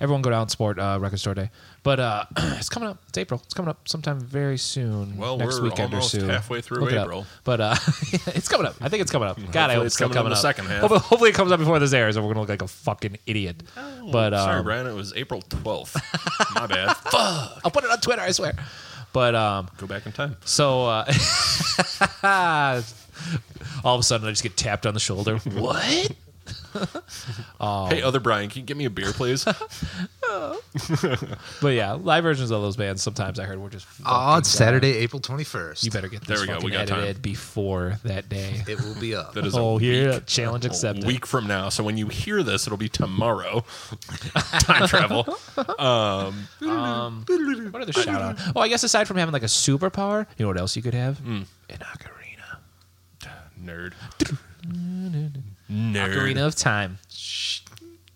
everyone go down and support uh, record store day. But uh, *clears throat* it's coming up. It's April. It's coming up sometime very soon. Well, next we're weekend almost or soon. halfway through Look it up. April. but uh, *laughs* it's coming up. I think it's coming up. God, I hope it's, Hopefully it's still coming coming up in the up. second half. Hopefully, hopefully it comes up before this airs, or we're gonna look like a fucking idiot. but um, Oh, Sorry, Brian, it was April 12th. *laughs* My bad. I'll put it on Twitter. I swear. But um, Go back in time. So uh, *laughs* all of a sudden, I just get tapped on the shoulder. What? Oh. Hey, other Brian, can you get me a *laughs* beer, please? But yeah, live versions of those bands sometimes I heard were just. Oh, fucking it's bad. Saturday, April twenty first. You better get There this we go, we fucking got time. edited before that day. It will be up. *laughs* That is a Oh, here, week- challenge a accepted. week from now. So when you hear this, it'll be tomorrow. *laughs* Time travel. What other shout out? Oh, I guess aside from having like a superpower, you know what else you could have? Mm. An ocarina. Nerd. Nerd. Ocarina of time.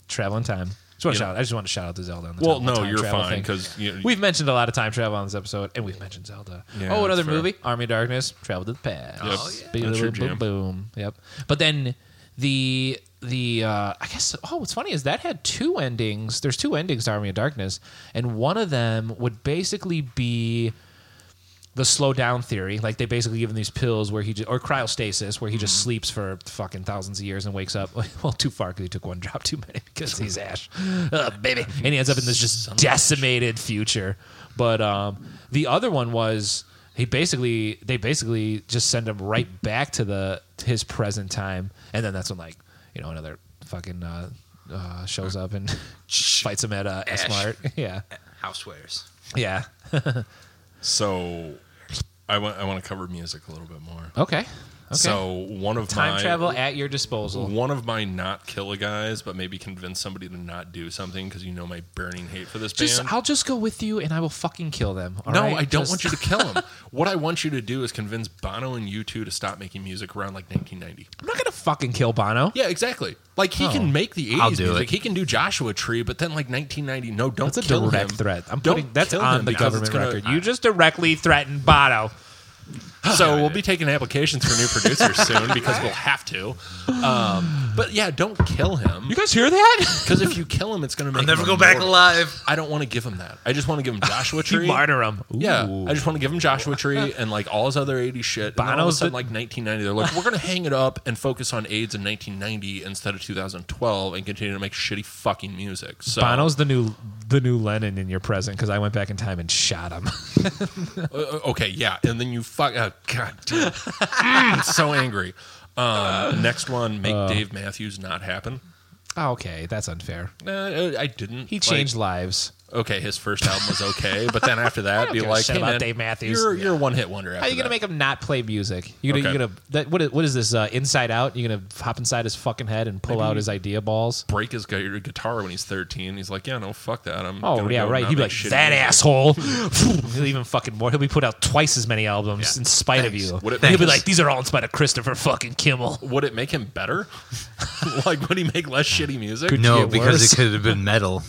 Travel in time. Just want to shout. I just want to shout out to Zelda. On the Well, time- on no, time you're travel fine thing. because you, We've mentioned a lot of time travel on this episode, and we've mentioned Zelda. Yeah, oh, another that's fair. movie, Army of Darkness, Travel to the Past. Yep. Oh, yeah. Boom, That's your boom, jam. boom. Yep. But then the the uh, I guess oh, what's funny is that had two endings. There's two endings to Army of Darkness, and one of them would basically be the slow down theory. Like they basically give him these pills where he just, or cryostasis where he just sleeps for fucking thousands of years and wakes up. *laughs* Well, too far because he took one drop too many *laughs* because he's Ash, Ugh, baby, and he ends up in this just decimated future. But um, the other one was he basically they basically just send him right back to the to his present time, and then that's when like you know another fucking. Uh, uh, shows up and *laughs* fights him at uh, Ash. Smart. *laughs* Yeah, housewares. yeah. so I want I want to cover music a little bit more. Okay. Okay. So one of time my travel at your disposal. one of my not kill a guys, but maybe convince somebody to not do something because you know my burning hate for this Just, band. I'll just go with you, and I will fucking kill them. all no, right? I don't Just- want you to kill him. what I want you to do is convince Bono and you two to stop making music around like 1990. *laughs* I'm not gonna fucking kill Bono. Yeah, exactly. Like he Oh. can make the 80s I'll do music. it. He can do Joshua Tree, but then like 1990, no, don't That's a kill direct him. threat. I'm Don't putting that's kill on him the because government it's gonna- record. you just directly threatened Bono. *laughs* So we'll be taking applications for new *laughs* producers soon because we'll have to. Um, but yeah, don't kill him You guys hear that? because if you kill him, it's going to make. I'll never him go back immortal. alive. I don't want to give him that. I just want to *laughs* give him Joshua you Tree. martyr him. Yeah, Ooh. I just want to give him Joshua Tree and like all his other 80s shit. And then all of a Bono's sudden, the- like 1990, they're like, we're going to hang it up and focus on AIDS in 1990 instead of 2012 and continue to make shitty fucking music. *laughs* So Bono's the new the new Lennon in your present because I went back in time and shot him. *laughs* Uh, uh, okay, yeah, and then you fuck. Uh, God, *laughs* damn. Mm, so angry. Um, next one, Uh. make Dave Matthews not happen. Oh, okay, that's unfair. Uh, Uh, I didn't. He like- changed lives. okay, his first album was okay, but then *laughs* after that, don't be give a like, shit hey, about man, Dave Matthews. You're, you're a one hit wonder. After How are you gonna that. make him not play music? You're gonna, Okay. you're gonna that, what, is, what is this? Uh, inside out? You're gonna hop inside his fucking head and pull out his idea balls? break his gu- guitar when he's 13? He's like, yeah, no, fuck that. I'm. Oh gonna yeah, go right. not He'd be like make shitty that music." *laughs* asshole. He'll even fucking more. He'll be put out twice as many albums Yeah. in spite Thanks. of you. Would it- He'll be Thanks. like, these are all in spite of Christopher fucking Kimmel. *laughs* Would it make him better? *laughs* like, would he make less shitty music? No, get because worse. it could have *laughs* been metal.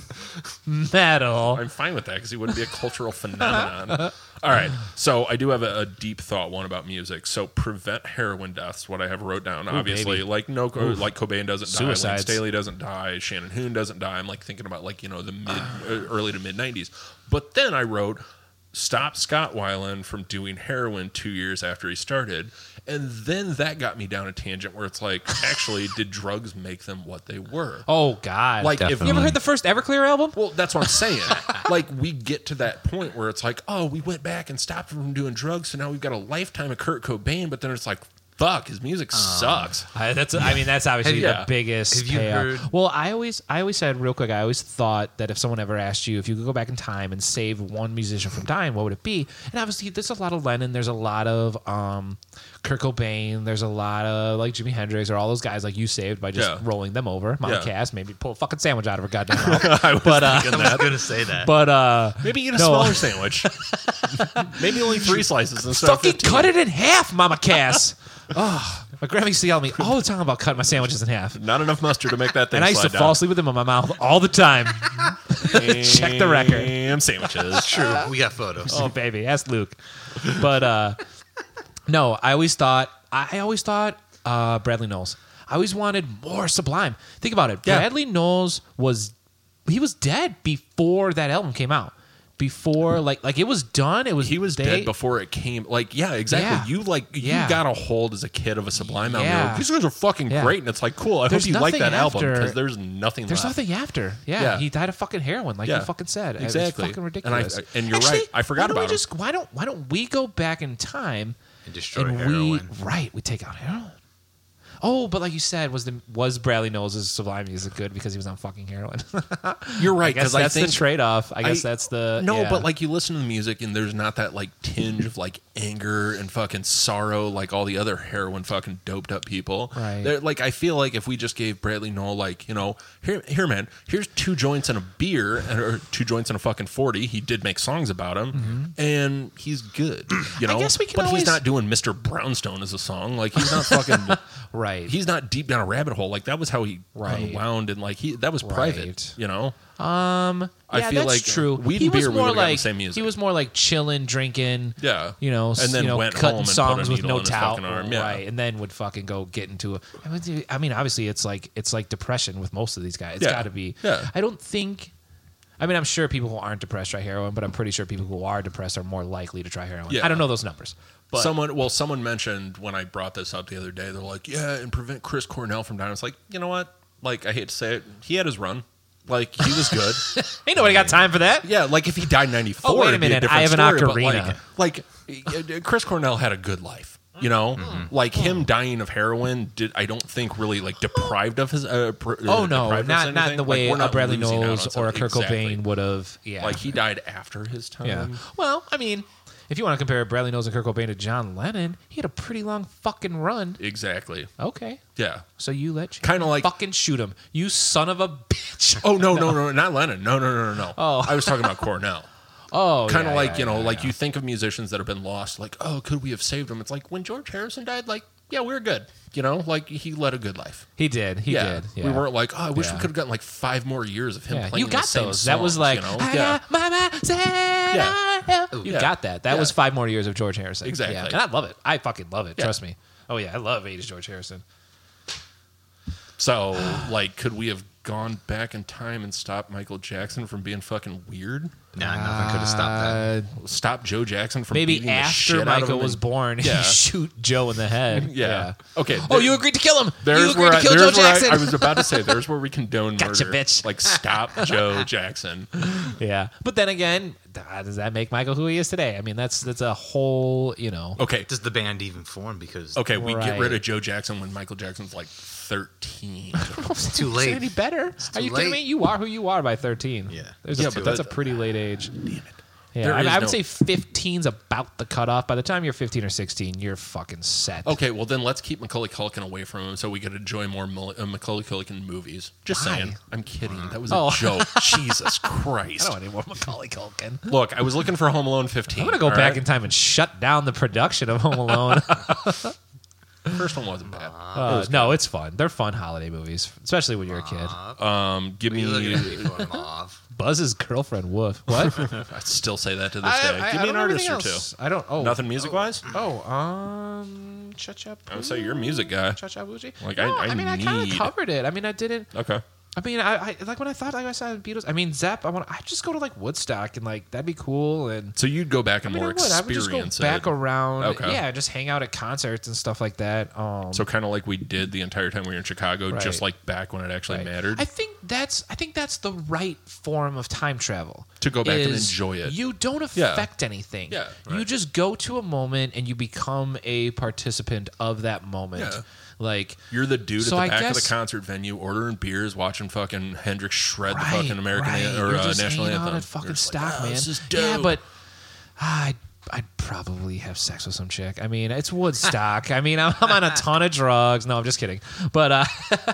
Metal. I'm fine with that because he wouldn't be a *laughs* cultural phenomenon. All right, so I do have a, a deep thought one about music. So prevent heroin deaths. What I have wrote down, obviously, baby. like no, like Cobain doesn't die, Suicides. Lane Staley doesn't die, Shannon uh, Hoon doesn't die. I'm like thinking about like you know the mid, early to mid '90s. But then I wrote stopped Scott Weiland from doing heroin two years after he started. And then that got me down a tangent where it's like, actually, did drugs make them what they were? Oh God! Like, if- you ever heard the first Everclear album? Well, that's what I'm saying. *laughs* like, we get to that point where it's like, oh, we went back and stopped him from doing drugs, so now we've got a lifetime of Kurt Cobain. But then it's like, fuck, his music sucks. I, that's I mean that's obviously Yeah. the biggest. Have you payoff. heard- Well, I always I always said real quick. I always thought that if someone ever asked you if you could go back in time and save one musician from dying, what would it be? And obviously, there's a lot of Lennon. There's a lot of um, Kurt Cobain. There's a lot of like Jimi Hendrix or all those guys like you saved by just Yeah. rolling them over. Mama Yeah. Cass maybe pull a fucking sandwich out of her *laughs* goddamn mouth. I was but uh, I was gonna say that. but uh, Maybe eat No. *laughs* a smaller sandwich. *laughs* Maybe only three slices instead of fucking 15. cut it in half, Mama Cass. *laughs* oh, my grandma used to yell at me all the time about cutting my sandwiches in half. Not enough mustard to make that thing. And I used to slide fall asleep with them in my mouth all the *laughs* time. down. check the record. *laughs* Damn sandwiches. True, we got photos. oh baby, ask Luke. But uh, no, I always thought I always thought uh, Bradley Knowles. I always wanted more Sublime. Think about it. Yeah. Bradley Knowles was he was dead before that album came out. Before like like it was done. It was He was they- dead before it came. Like, yeah, exactly. Yeah. You like Yeah. you got a hold as a kid of a Sublime Yeah. album. You're Like, These guys are fucking Yeah. great, and it's like cool. I There's hope you like nothing that album after- because there's nothing. There's left. nothing after. Yeah, Yeah. he died of fucking heroin, like Yeah. you fucking said. It's Exactly. fucking And I- ridiculous. and you're Actually, right. I forgot why don't we about him. Just why don't why don't we go back in time And destroy We, heroin. right, we take out heroin. Oh, but like you said, was the was Bradley Knowles' Sublime music good because he was on fucking heroin? *laughs* You're I right guess because I, that's think the trade off. I guess I- that's the no, yeah. *laughs* but like you listen to the music and there's not that like tinge of like anger and fucking sorrow like all the other heroin fucking doped up people. Right. They're, like I feel like if we just gave Bradley Noel like you know here here man here's two joints and a beer and or two joints and a fucking forty. He did make songs about him and he's good. You Mm-hmm. I know, guess we can but always- he's not doing Mr. Brownstone as a song. Like *laughs* he's not *laughs* fucking right. he's not deep down a rabbit hole. Like that was how he Right. unwound and like he that was Right. private. You know. um, I yeah, feel that's like true. weed he and was beer, we more would've gotten like the same music. he was more like chilling, drinking. Yeah. you know, And and then then you know, went cutting home and put songs a with needle no in his towel, fucking arm, yeah. right? And then would fucking go get into a. I mean, I mean, obviously, it's like it's like depression with most of these guys. It's Yeah. got to be. Yeah. I don't think. I mean, I'm sure people who aren't depressed try heroin, but I'm pretty sure people who are depressed are more likely to try heroin. Yeah. I don't know those numbers, but someone, well, someone mentioned when I brought this up the other day, they're like, yeah, and prevent Chris Cornell from dying. I was like, you know what? Like, I hate to say it, he had his run. Like, he was good. ain't nobody got time for that. yeah, like if he died in 94, Oh, wait a it'd be minute, different I have an story, but, ocarina. Like, like, uh, Chris Cornell had a good life. You know, Mm-hmm. like him dying of heroin, did I don't think really like deprived of his. Uh, pr- Oh uh, no, deprived not us not in anything. the Like, way we're a not Bradley losing out on Knowles or a something. Kurt Exactly. Cobain would have. Yeah, Like he died after his time. Yeah. Well, I mean, if you want to compare Bradley Knowles and Kurt Cobain to John Lennon, he had a pretty long fucking run. Exactly. Okay. Yeah. So you let you Kinda like- fucking shoot him, you son of a *laughs* bitch. Oh no, no, no, not Lennon. No, no, no, no, no. Oh. I was talking about Cornell. *laughs* Oh, kind of yeah, like yeah, you know, yeah, like you think of musicians that have been lost. Like, oh, could we have saved him? It's like when George Harrison died. Like, yeah, we were good. You know, like he led a good life. he did, he yeah. did. Yeah. we weren't like, oh, I wish Yeah. we could have gotten like five more years of him Yeah. playing. You got the same those. that was songs, like, you know? I yeah, got mama said I am. You Yeah. got that. That Yeah. was five more years of George Harrison. Exactly. Yeah. And I love it. I fucking love it. Yeah. Trust me. Oh yeah, I love '80s George Harrison. So, like, could we have gone back in time and stopped Michael Jackson from being fucking weird? Nah, nothing could have stopped that. Uh, Stop Joe Jackson from maybe beating the shit after out of Michael him was and- born, *laughs* Yeah. you shoot Joe in the head. *laughs* Yeah. Okay. Oh, there- you agreed to kill him. you There's agreed where, to I, kill there's Joe where I- Jackson. I, was about to say. There's where we *laughs* condone Gotcha, murder. bitch. *laughs* Like stop Joe Jackson. yeah, but then again, ah, does that make Michael who he is today? I mean, that's that's a whole you know. Okay. Does the band even form? Because Okay. We get rid Right. of Joe Jackson when Michael Jackson's like *laughs* 13. It's too late. Any better? are too you kidding late. me? You are who you are by thirteen. Yeah. There's Yeah, a, but that's a that- Ah, pretty late age. Damn it. Yeah, There I, mean, is I would no- say 15's about the cutoff. By the time you're 15 or 16, you're fucking set. *laughs* Okay. Well, then let's keep Macaulay Culkin away from him so we could enjoy more Mul- uh, Macaulay Culkin movies. Just Why? saying. I'm kidding. That was Oh. *laughs* a joke. Jesus I Christ. don't want any more Macaulay Culkin. Look, I was looking for Home Alone 15. I'm gonna go all back right? in time and shut down the production of Home Alone. *laughs* *laughs* First one wasn't bad. Uh, no, it's fun. They're fun holiday movies, especially when you're a kid. Um, give you look at me. me for *laughs* off. Buzz's girlfriend, Woof. *laughs* What? I still say that to this day. give me an artist or two. I don't. Oh, Nothing music wise. Oh, um, cha cha. I would say you're a music guy. Cha cha bougie. Like, no, I- I mean, I kind need- of covered it. I mean, I didn't. Okay. I mean, I, I like when I thought like I said Beatles. I mean, Zep. I want. I just go to like Woodstock and like that'd be cool. And So you'd go back and I mean, more I would. I would experience just go it. back around. Okay. Yeah, just hang out at concerts and stuff like that. Um, So kind of like we did the entire time we were in Chicago, just Right. like back when it actually Right. mattered. I think that's I think that's the right form of time travel. To go back and is enjoy it. You don't Yeah. affect anything. Yeah, You right. just go to a moment and you become a participant of that moment. Yeah. Like You're the dude So at I the back of guess- the concert venue, ordering beers, watching fucking Hendrix shred right, the fucking American right. an- or You're uh, just national hanging out anthem. at fucking You're just like, stock, "Oh, man. This is dope. yeah, but ah, I'd I'd probably have sex with some chick. I mean, it's *laughs* Woodstock. I mean, I'm, I'm on a ton of drugs. No, I'm just kidding. But uh,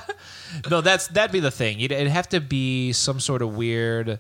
*laughs* no, that's that'd be the thing. You'd, it'd have to be some sort of weird.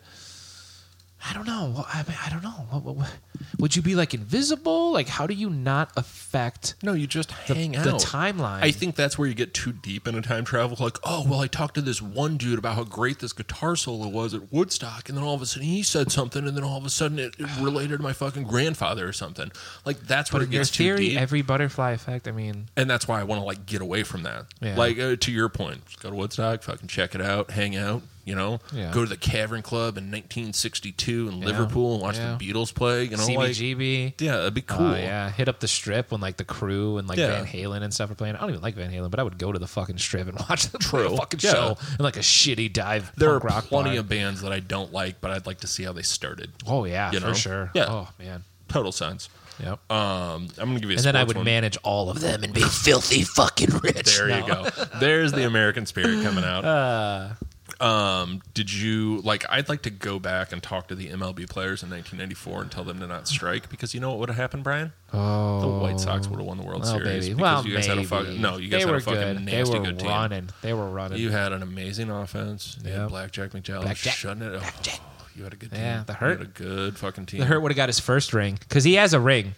I don't know. Well, I, mean, I don't know. What, what, what- would you be like invisible? Like, how do you not affect? no, you just The- hang out. the timeline. I think that's where you get too deep into time travel. Like, oh well, I talked to this one dude about how great this guitar solo was at Woodstock, and then all of a sudden he said something, and then all of a sudden it, it related to my fucking grandfather or something. Like that's where But it in your gets too theory, deep. every butterfly effect. I mean, and that's why I want to like get away from that. Yeah. Like uh, to your point, just go to Woodstock, fucking check it out, hang out, you know, Yeah. go to the Cavern Club in 1962 in Liverpool and watch Yeah. the Beatles play. You know, like CBGB. yeah, that'd be cool. Oh yeah, hit up the strip when like the crew and like Yeah. Van Halen and stuff are playing. I don't even like Van Halen, but I would go to the fucking strip and *laughs* watch them play True. a fucking Yeah. show and like a shitty dive. There punk are rock plenty bar. of bands that I don't like, but I'd like to see how they started. Oh yeah, you for know? sure. Yeah. Oh man. Total sense. Yep. Um, I'm gonna give you. A and then I sports would one. manage all of them and be filthy fucking *laughs* rich. There you No. go. There's the American spirit *laughs* coming out. Uh. um, did you like? I'd like to go back and talk to the MLB players in 1994 and tell them to not strike because you know what would have happened, Brian? Oh, The White Sox would have won the World well, Series baby. because Well, you guys maybe. had a fucking no. You they guys had were a fucking good. nasty they were good team. running. They were running. You had an amazing offense. You Yep. had Blackjack McDowell Blackjack. shutting it. Oh, Blackjack. You had a good team. Yeah, the You Hurt. had a good fucking team. the Hurt would have got his first ring because he has a ring.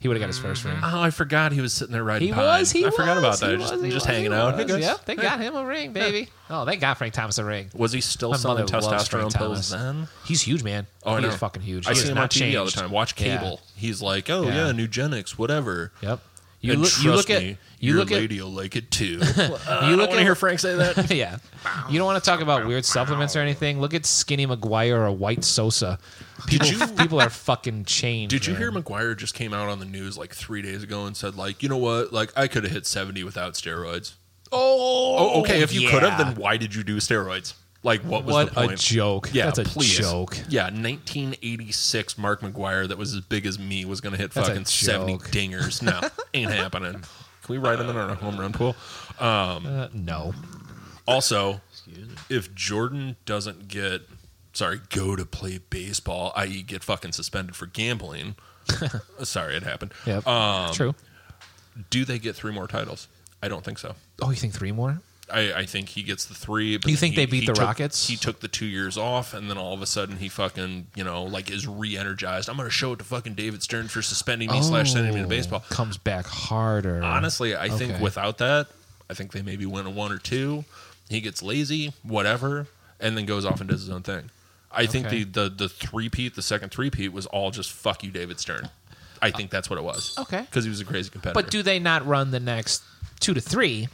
He would have got his first ring. Oh, I forgot he was sitting there riding. He pine. was. He I forgot was, about that. he just was, he just was, hanging he out. Was. Hey, guys. Yep, they Hey. got him a ring, baby. Oh, they got Frank Thomas a ring. Was he still My selling mother loves Frank testosterone Thomas. pills then? He's huge, man. Oh, I He know. is fucking huge. I He see has him on not TV all the changed. time. Watch Yeah. cable. He's like, oh Yeah. yeah, Nugenics, whatever. Yep. You look. trust you look me, at. You your look at. lady will like it too. Well, uh, I *laughs* You don't look wanna at- hear Frank *laughs* say that. yeah. You don't want to talk about weird supplements or anything. Look at Skinny McGuire or White Sosa. People, you- *laughs* people are fucking changed. Did you man. hear McGuire just came out on the news like three days ago and said like, you know what, like I could have hit seventy without steroids. Oh, Oh, okay. If you could have, yeah. then why did you do steroids? Like, what was what the point? a joke. Yeah, That's a please. joke. Yeah, 1986 Mark McGuire that was as big as me was going to hit That's a fucking 70 joke. dingers. *laughs* No, ain't happening. Can we ride him in on a home run pool? Uh, no. Also, if Jordan doesn't get, sorry, go to play baseball, i.e., get fucking suspended for *laughs* gambling, sorry, it happened. Yep. Um, True. Do they get three more titles? I don't think so. Oh, you think three more? I, I think he gets the three. But You then think he- they beat he the took- Rockets? He took the two years off, and then all of a sudden he fucking you know like is re-energized. I'm gonna show it to fucking David Stern for suspending me slash sending me to Oh, baseball. Comes back harder. Honestly, I think Okay. without that, I think they maybe win a one or two. He gets lazy, whatever, and then goes off and does his own thing. I think Okay. the the the three peat, the second three peat, was all just fuck you, David Stern. I think that's what it was. Okay. because he was a crazy competitor. But do they not run the next two to three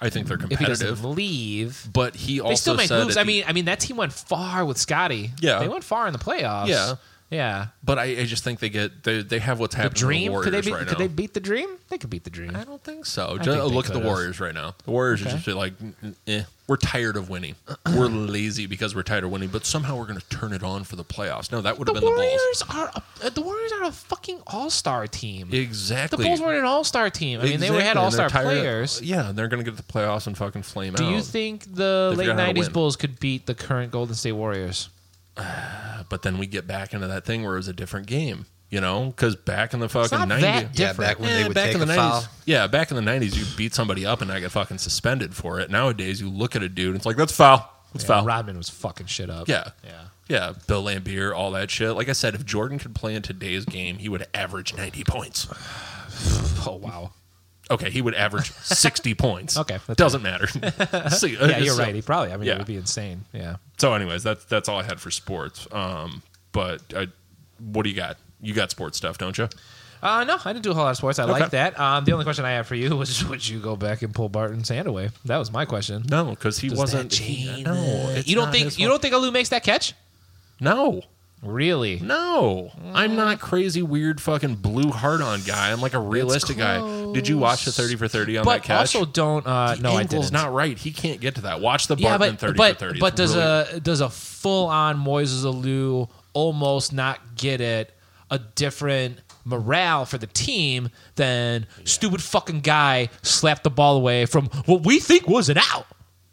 I think they're if he competitive. doesn't leave? but he also They still make said moves. at I the- mean, I mean that team went far with Scotty. Yeah. they went far in the playoffs. Yeah. yeah. But I, I just think they get they, they have what's The happening. dream? to the Could they Warriors beat? right could now. they beat the dream? They could beat the dream. I don't think so. Just think they look at the could've. Warriors right now. The Warriors Okay. are just like, eh, we're tired of winning. we're lazy because we're tired of winning. But somehow we're going to turn it on for the playoffs. No, that would The have been the Bulls. Warriors are a, uh, the Warriors are a fucking all star team. The Exactly. Bulls were an all star team. I mean, they were Exactly, had and all star they're tired- players. Yeah, and they're going to get to the playoffs and fucking flame Do out. you think the They late figured out how to '90s win. Bulls could beat the current Golden State Warriors? but then we get back into that thing where it was a different game. You know, because back in the fucking not that 90s, Yeah, back when Yeah, they would Eh, back take in a the 90s, foul. Yeah, back in the 90s, you beat somebody up and I get fucking suspended for it. Nowadays, you look at a dude and it's like, that's foul. That's Yeah, foul. Rodman was fucking shit up. Yeah. yeah. Yeah, Bill Lambier, all that shit. Like I said, if Jordan could play in today's game, he would average 90 points. Oh wow. Okay, he *laughs* would average 60 points. Okay, that's Doesn't *laughs* matter. *laughs* See, Uh, Yeah, you're so- right. He probably. I mean, yeah. it would be insane. Yeah. So, anyways, that's, that's uh, all I had for sports. Um, but I, what do you got? You got sports stuff, don't you? Uh, no, I didn't do a whole lot of sports. I like Okay. that. Um, the only question I have for you *laughs* was, would you go back and pull Barton's hand away? That was my question. No, because he Does wasn't. that He, change no, the- it's you don't not think his you fault. don't think Alou makes that catch? No, Really? no, I'm not crazy, weird, fucking blue hard on guy. I'm like a realistic guy. Did you watch the thirty for thirty on that But catch? also don't. Uh, The no, I angle's didn't. not right. He can't get to that. Watch the yeah, Bartman but thirty but for thirty. but It's does brilliant. a does a full on Moises Alou almost not get it? A different morale for the team than stupid fucking guy slapped the ball away from what we think was an out.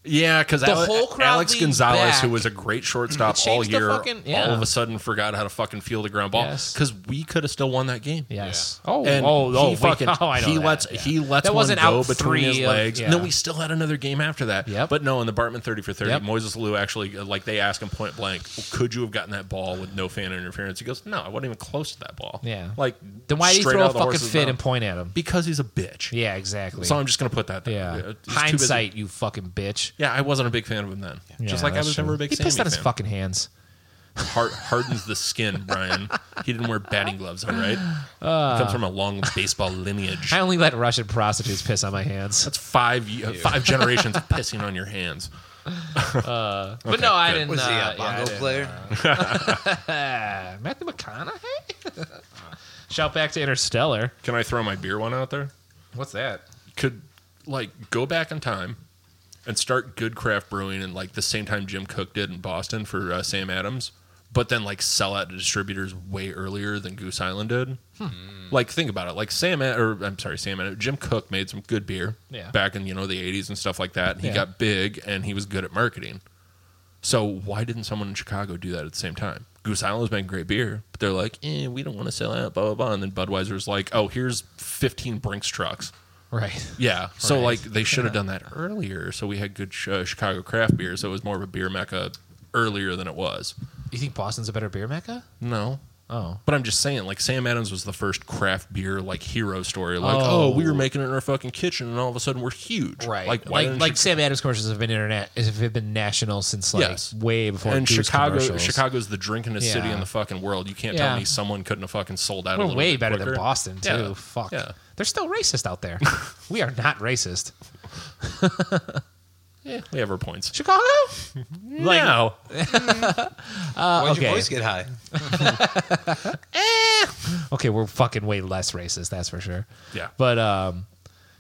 yeah? Because the whole crowd Alex leaned Gonzalez, back. who was a great shortstop It changed all the year, fucking- yeah. all of a sudden forgot how to fucking field a ground ball Yes. because we could have still won that game. Yes. Oh, And oh, oh, he we- fucking oh, *laughs* I know he that, lets yeah. he lets That one wasn't go out between his three of- legs. yeah. No, we still had another game after that. Yep. But no, in the Bartman thirty for thirty, Yep. Moises Alou actually uh, like they ask him point blank, could you have gotten that ball with no fan interference? He goes, no, I wasn't even close to that ball. Yeah. Like Then why did he straight throw out a of the fucking horse's fit mouth. and point at him? Because he's a bitch. Yeah, exactly. So I'm just gonna put that. There. yeah, It's too busy. hindsight, you fucking bitch. Yeah, I wasn't a big fan of him then. just Yeah, like I that's was true. never a big He Sammy pissed on his fan. fucking hands. *laughs* Hard, hardens the skin, Brian. he didn't wear batting gloves. *laughs* All right. He comes from a long baseball lineage. Uh. I only let Russian prostitutes piss on my hands. That's five ye- uh, five *laughs* generations of pissing on your hands. but no, I good. didn't. Was uh, he yeah, a I bongo didn't. player? Uh, Matthew McConaughey. *laughs* Shout back to Interstellar. Can I throw my beer one out there? What's that? Could like go back in time and start good craft brewing in like the same time Jim Cook did in Boston for uh, Sam Adams, but then like sell out to distributors way earlier than Goose Island did. Hmm. Like think about it. Like Sam Ad- or I'm sorry, Sam Adams, Jim Cook made some good beer Yeah. back in you know the 80s and stuff like that. And he Yeah. got big and he was good at marketing. So why didn't someone in Chicago do that at the same time? Goose Island's been great beer, but they're like, eh, we don't want to sell out, blah blah blah. And then Budweiser's like, oh, here's 15 Brinks trucks. Right. Yeah. So Right. like they should have done that earlier. So we had good sh- uh, Chicago craft beer. So it was more of a beer mecca earlier than it was. You think Boston's a better beer mecca? No. Oh. But I'm just saying, like Sam Adams was the first craft beer like hero story. Like, Oh. oh, we were making it in our fucking kitchen, and all of a sudden we're huge. Like Like, why like, didn't Chi- Sam Adams commercials have been internet have been national since like Yes. way before and Goose Chicago, commercials. Chicago's the drinkingest city Yeah. in the fucking world. You can't Yeah. tell me someone couldn't have fucking sold out. a We're little way bit better quicker. than Boston too. Yeah. Fuck. Yeah. They're still racist out *laughs* there. we are not racist. Yeah, we have our points. Chicago? *laughs* Like, eh. no, Why'd okay. your voice get high? Okay, we're fucking way less racist, that's for sure. Yeah. But um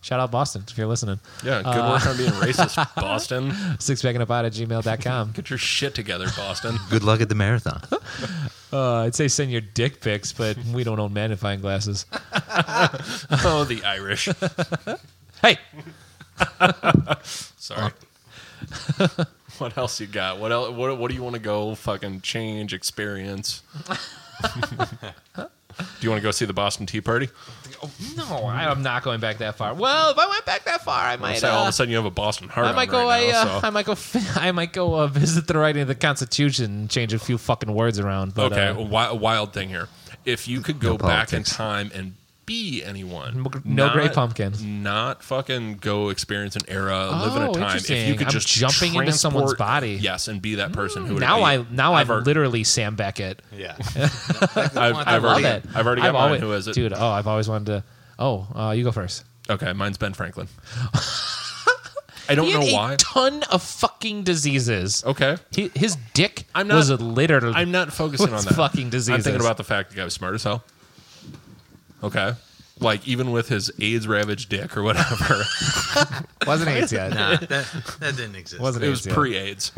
shout out Boston if you're listening. yeah, good work on being uh, *laughs* racist, Boston. Sixpacking up out at *laughs* gmail.com. Get your shit together, *laughs* Boston. Good luck at the marathon. Uh, I'd say send your dick pics, but we don't own magnifying glasses. oh, the Irish. Hey, Sorry. *laughs* what else you got? What else? What, what do you want to go fucking change experience? *laughs* do you want to go see the Boston Tea Party? no, I- I'm not going back that far. Well, if I went back that far, I might. So all of uh, a sudden you have a Boston heart. I might on go. right I, now, uh, *laughs* so- I might go. f- I might go uh, visit the writing of the Constitution and change a few fucking words around. But, okay, uh, a wi- a wild thing here. If you could go back in politics. time and be anyone, No not- Great Pumpkin. not fucking go experience an era, live in Oh, a time. If you interesting. could I'm just jumping into transport- someone's body. Mm, yes, and be that person who would now be, I now I'm I've already- literally Sam Beckett. Yeah. I've, I've Love already, it. I've already got mine. always- who is it? dude? Oh, I've always wanted to. Oh, uh, you go first. Okay, mine's Ben *laughs* Franklin. I don't He had know a why. ton of fucking diseases. okay. He, his dick I'm not- was literally. I'm not focusing With on that. fucking I'm diseases. thinking about the fact the guy was smart as hell. Okay. Like even with his AIDS ravaged dick or whatever, *laughs* *laughs* wasn't AIDS yet. Nah, that, that didn't exist. Wasn't it was AIDS yet. pre AIDS.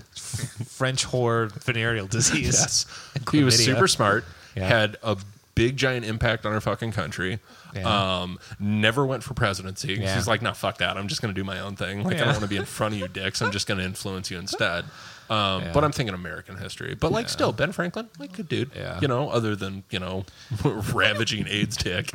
French whore venereal disease. *laughs* Yes. He was chlamydia. super smart, Yeah. had a big giant impact on our fucking country. Yeah. Um, never went for presidency. 'cause Yeah. He's like, no, fuck that. I'm just going to do my own thing. Like, I Yeah. don't want to be in front of you dicks. I'm just going to influence you instead. Um, Yeah. But I'm thinking American history. But like, still, Ben Franklin, like, good dude. Yeah. You know, other than you know, *laughs* ravaging AIDS dick.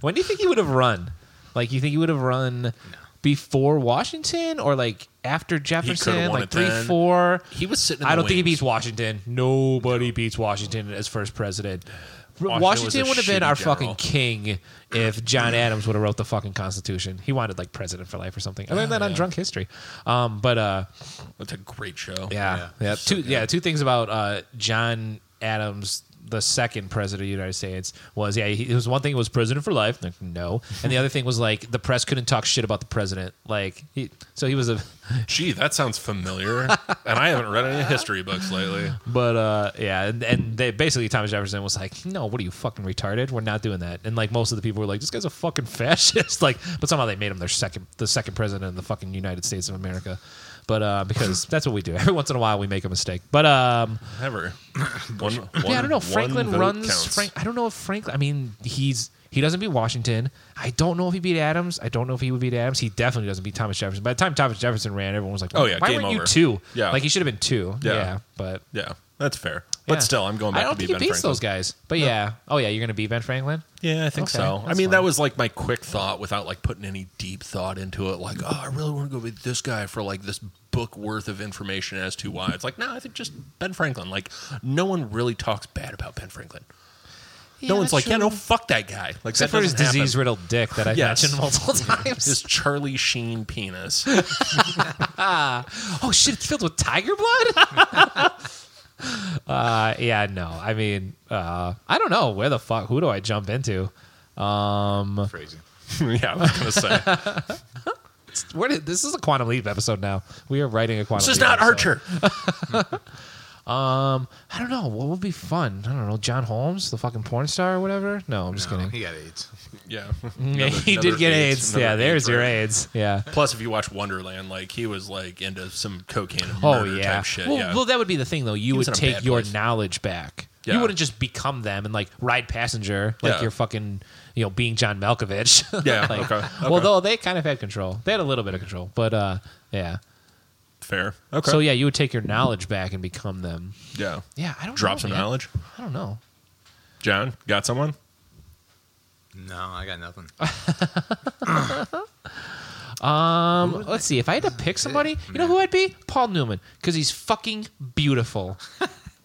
When do you think he would have run? Like, you think he would have run before Washington or like after Jefferson? won Like it three, then. four. He was sitting. In I the don't think he wings. beats Washington. Nobody beats Washington as first president. R- Washington Washington, was a would have been shitty our general. fucking king if John Adams would have wrote the fucking Constitution. He wanted like president for life or something. I learned that on Yeah. Drunk History. Um, but uh, That's a great show. Yeah, yeah. Yeah. Two, yeah, two things about uh, John Adams the second president of the United States was yeah he, it was one thing it was president for life like, no and the other thing was like the press couldn't talk shit about the president like he so he was a *laughs* Gee, that sounds familiar. and I haven't read any history books lately. But uh, yeah, and, and they basically Thomas Jefferson was like, "No, what are you fucking retarded? We're not doing that." And like most of the people were like, "This guy's a fucking *laughs* fascist." like, but somehow they made him their second, the second president of the fucking United States of America. But uh, because that's what we do. *laughs* Every once in a while, we make a mistake. But um, *laughs* Ever. One, yeah, I don't know. one- Franklin one vote runs. counts. Frank, I don't know if Franklin. I mean, he's he doesn't beat Washington. I don't know if he beat Adams. I don't know if he would beat Adams. He definitely doesn't beat Thomas Jefferson. By the time Thomas Jefferson ran, everyone was like, Oh, yeah, why game weren't you over." two? Yeah. like he should have been two. Yeah. yeah but." Yeah, that's fair. But Yeah. still, I'm going back I don't to be think he Ben beats Franklin. those guys. But yeah. Oh yeah, you're gonna beat Ben Franklin. Yeah, I think Okay, so. I that's mean, that fine. was like my quick thought without like putting any deep thought into it. Like, oh, I really want to go with this guy for like this book worth of information as to why. It's like, no, I think just Ben Franklin. Like, no one really talks bad about Ben Franklin. no one's like, yeah, no, fuck that guy. Like, Except that for his doesn't happen. disease riddled dick that I've Yes. mentioned *laughs* multiple times. His Charlie Sheen *laughs* penis. oh shit, it's filled with tiger blood? *laughs* uh yeah, no. I mean, uh I don't know where the fuck who do I jump into? Um Crazy. yeah, I was gonna say *laughs* where did this is a quantum leap episode now. We are writing a quantum this is Leap not episode. Um, Archer. I don't know. What would be fun? I don't know. John Holmes, the fucking porn star or whatever? No, I'm just No, kidding. he got AIDS. Yeah, Yeah, Another- *laughs* he another did get AIDS, AIDS. another Yeah, there's your right? AIDS. Yeah. Plus, if you watch Wonderland, like he was like into some cocaine and Oh murder yeah. type shit. Well, yeah. well, that would be the thing though. You was would in a take bad your place. knowledge back. Yeah. You wouldn't just become them and like ride passenger like Yeah. you're fucking you know being John Malkovich. *laughs* Yeah, Like, okay, okay. Although they kind of had control. They had a little bit of control, but uh, yeah. Fair. Okay. So yeah, you would take your knowledge back and become them. yeah. Yeah, I don't Drop know, some man. knowledge. I don't know. John, got someone? No, I got *laughs* nothing. Um, let's see. If I had to *laughs* pick somebody, you know who I'd be? Paul Newman, because he's fucking *laughs* beautiful.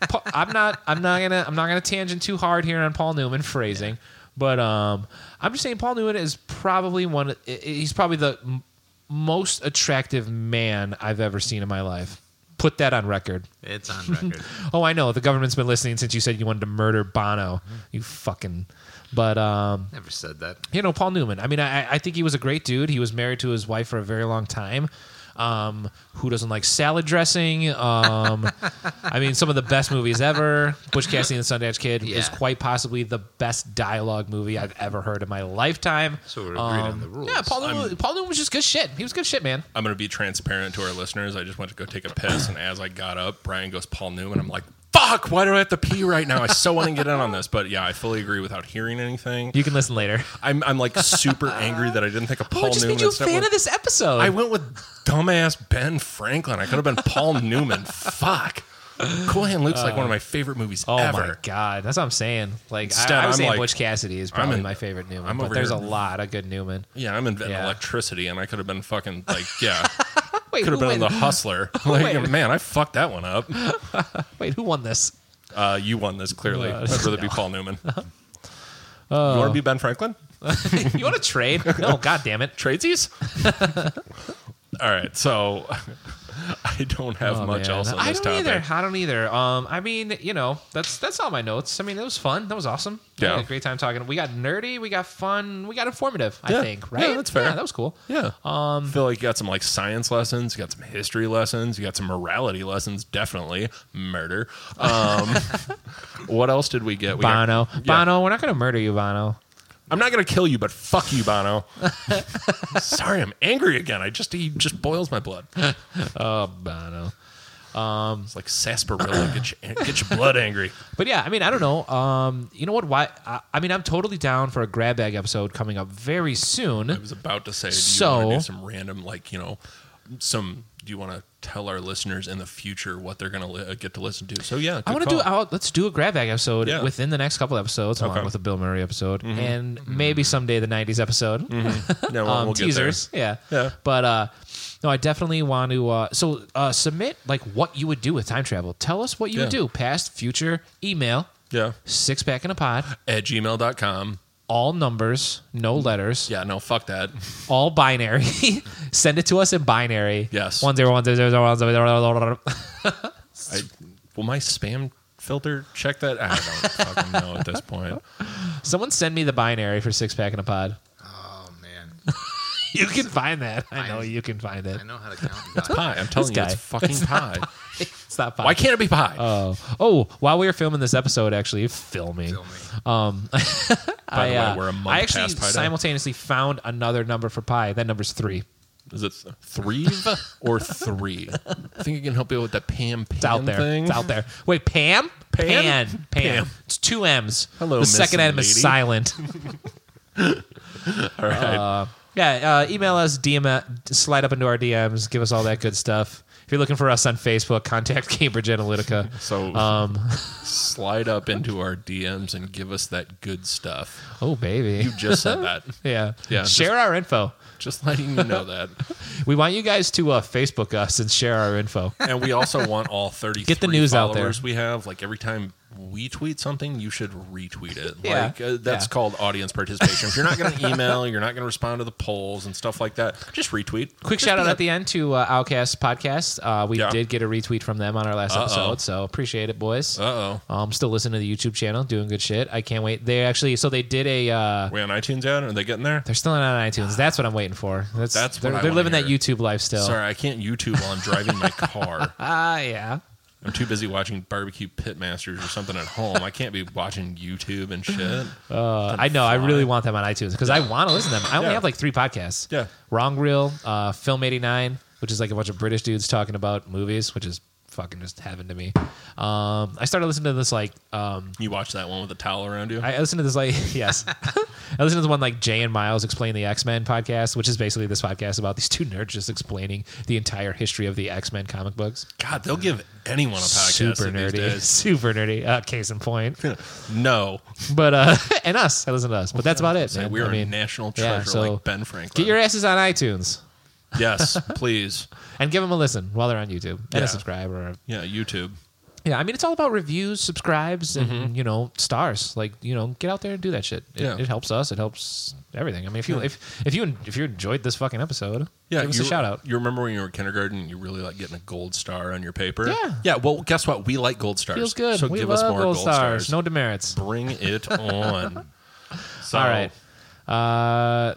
Pa- I'm not. I'm not gonna. I'm not gonna tangent too hard here on Paul Newman phrasing, but um, I'm just saying Paul Newman is probably one. i- i- He's probably the m- most attractive man I've ever seen in my life. Put that on record. It's on record. Oh, I know. The government's been listening since you said you wanted to murder Bono. You fucking. But um, Never said that. you know paul newman i mean I, I think he was a great dude he was married to his wife for a very long time um, who doesn't like salad dressing um, i mean some of the best movies ever bush cassidy and the sundance kid is Yeah. quite possibly the best dialogue movie i've ever heard in my lifetime Um, So we're agreed on the rules. yeah paul newman, paul newman was just good shit he was good shit man I'm going to be transparent to our listeners. I just went to go take a piss, and as I got up, Brian goes, Paul Newman. I'm like, fuck, why do I have to pee right now? I so want to get in on this. But yeah, I fully agree without hearing anything. you can listen later I'm, I'm like super angry that I didn't think of oh Paul it just Newman. made you a instead fan went- of this episode I went with dumbass Ben Franklin. I could have been Paul Newman. Fuck. Cool Hand Luke's like one of my favorite movies Oh ever. my god, that's what I'm saying. Like Instead, I, I was I'm saying, like- Butch Cassidy is probably in- my favorite Newman, I'm but over there's here. a lot of good Newman. Yeah, I'm inventing Yeah. electricity, and I could have been fucking like, yeah, *laughs* Wait, could have who been in the went- *laughs* hustler. Like, Wait. man, I fucked that one up. wait, who won this? *laughs* Uh, you won this clearly. Uh, I'd *laughs* rather be Paul Newman. you want to be Ben Franklin? you want to trade? Oh, *laughs* No, god damn it. *laughs* Tradesies? All right, so *laughs* I don't have much else on Oh, I this don't topic. either. I don't either. Um, I mean, you know, that's that's all my notes. I mean, it was fun. That was awesome. I had Yeah. a great time talking. We got nerdy. We got fun. We got informative. I Yeah. think. Yeah, Right. that's fair. Yeah, Um, that was cool. Yeah, I Um, feel like you got some like science lessons, you got some history lessons, you got some morality lessons. Definitely murder. *laughs* Um, *laughs* what else did we get? We got- Bono. Yeah. Bono, we're not gonna murder you, Bono. I'm not gonna kill you, but fuck you, Bono. Sorry, I'm angry again. I just he just boils my blood. Oh, Bono. It's like sarsaparilla. Get your, get your blood angry. But yeah, I mean, I don't know. Um, you know what? Why? I, I mean, I'm totally down for a grab bag episode coming up very soon. I was about to say, do you So- want to do some random, like, you know, some, do you want to tell our listeners in the future what they're going to li- uh, get to listen to? So, yeah. I want to do. I'll, let's do a grab bag episode Yeah. within the next couple episodes, along Okay. with a Bill Murray episode, and maybe someday the '90s episode. no, um, teasers. Yeah. Yeah. But uh, no, I definitely want to. Uh, so uh, submit like what you would do with time travel. Tell us what you would Yeah. do. Past, future, email, Yeah. six pack in a pod, At gmail.com. all numbers, no letters, Yeah, no, fuck that. all binary. Send it to us in binary. Yes. One zero one zero zero one zero. I, will my spam filter? Check that. I don't fucking know at this *laughs* point. Someone send me the binary for six pack in a pod. Oh man, *laughs* You can find that. I know you can find it. I know how to count. Pie. I'm This telling you, guy. it's fucking pie. It's not pod. Why can't it be pie? Oh, oh! While we were filming this episode, actually filming, Filming. um, I, the way, uh, we're a month I actually past Pi Day. simultaneously found another number for pi. That number's three. Is it three or three? I think you can help you with that Pam Pam It's out there. thing. It's out there. Wait, Pam? Pam? Pan. Pam. It's two M's. Hello, The Miss second M is Lady. silent. *laughs* *laughs* All right. yeah. Uh, email us. DM. Slide up into our DMs. Give us all that good stuff. If you're looking for us on Facebook, contact *laughs* Cambridge Analytica. so Um, slide up into our DMs and give us that good stuff. oh baby. *laughs* You just said that. yeah. Yeah, just- Share our info. Just letting you know that. We want you guys to uh, Facebook us and share our info. And we also want all 33 Get the news out followers there. we have. Like every time we tweet something, you should retweet it. Yeah. Like uh, that's Yeah. called audience participation. If you're not going to email, you're not going to respond to the polls and stuff like that, just retweet. Quick Just shout be out a- at the end to uh, Outcast Podcast. Uh, we Yeah. did get a retweet from them on our last Uh-oh. Uh. episode, so appreciate it, boys. Uh-oh. Um, still listening to the YouTube channel, doing good shit. I can't wait. They actually, so they did a. Uh, We on iTunes yet? Are they getting there? they're still not on iTunes. That's what I'm waiting for. That's, That's what they're, I they're wanna living that hear. YouTube life still. Sorry, I can't YouTube while I'm driving *laughs* my car. Ah, yeah. I'm too busy watching Barbecue Pitmasters or something at home. I can't be watching YouTube and shit. Uh, I know. I really want them on iTunes because I want to listen to them. I only Yeah. have like three podcasts. Yeah. Wrong Reel, uh, Film 89, which is like a bunch of British dudes talking about movies, which is fucking just heaven to me. Um, I started listening to this like um, You watch that one with a towel around you? I listened to this like *laughs* *laughs* yes, I listened to the one like Jay and Miles explain the X Men podcast, which is basically this podcast about these two nerds just explaining the entire history of the X Men comic books. God, they'll give anyone a podcast Super these nerdy, *laughs* days. super nerdy. Uh, case in point, *laughs* No, but uh, *laughs* and us. I listen to us, but that's about it. Like, man. we are I mean, a national treasure yeah, so like Ben Franklin. get your *laughs* asses on iTunes yes, please. and give them a listen while they're on YouTube and Yeah. a subscribe or Yeah, YouTube. yeah. I mean, it's all about reviews, subscribes, and you know stars. Like you know, get out there and do that shit. It, Mm-hmm. Yeah. it helps us. It helps everything. I mean, if you if if you if you enjoyed this fucking episode, Yeah, give us you, a shout out. You remember when you were in kindergarten and you really like getting a gold star on your paper? Yeah. Yeah, well, guess what? We like gold stars. Feels good. So we give love us more gold, stars. No demerits. Bring it on. So, All right. Uh,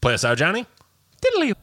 Play us out, Johnny? diddly.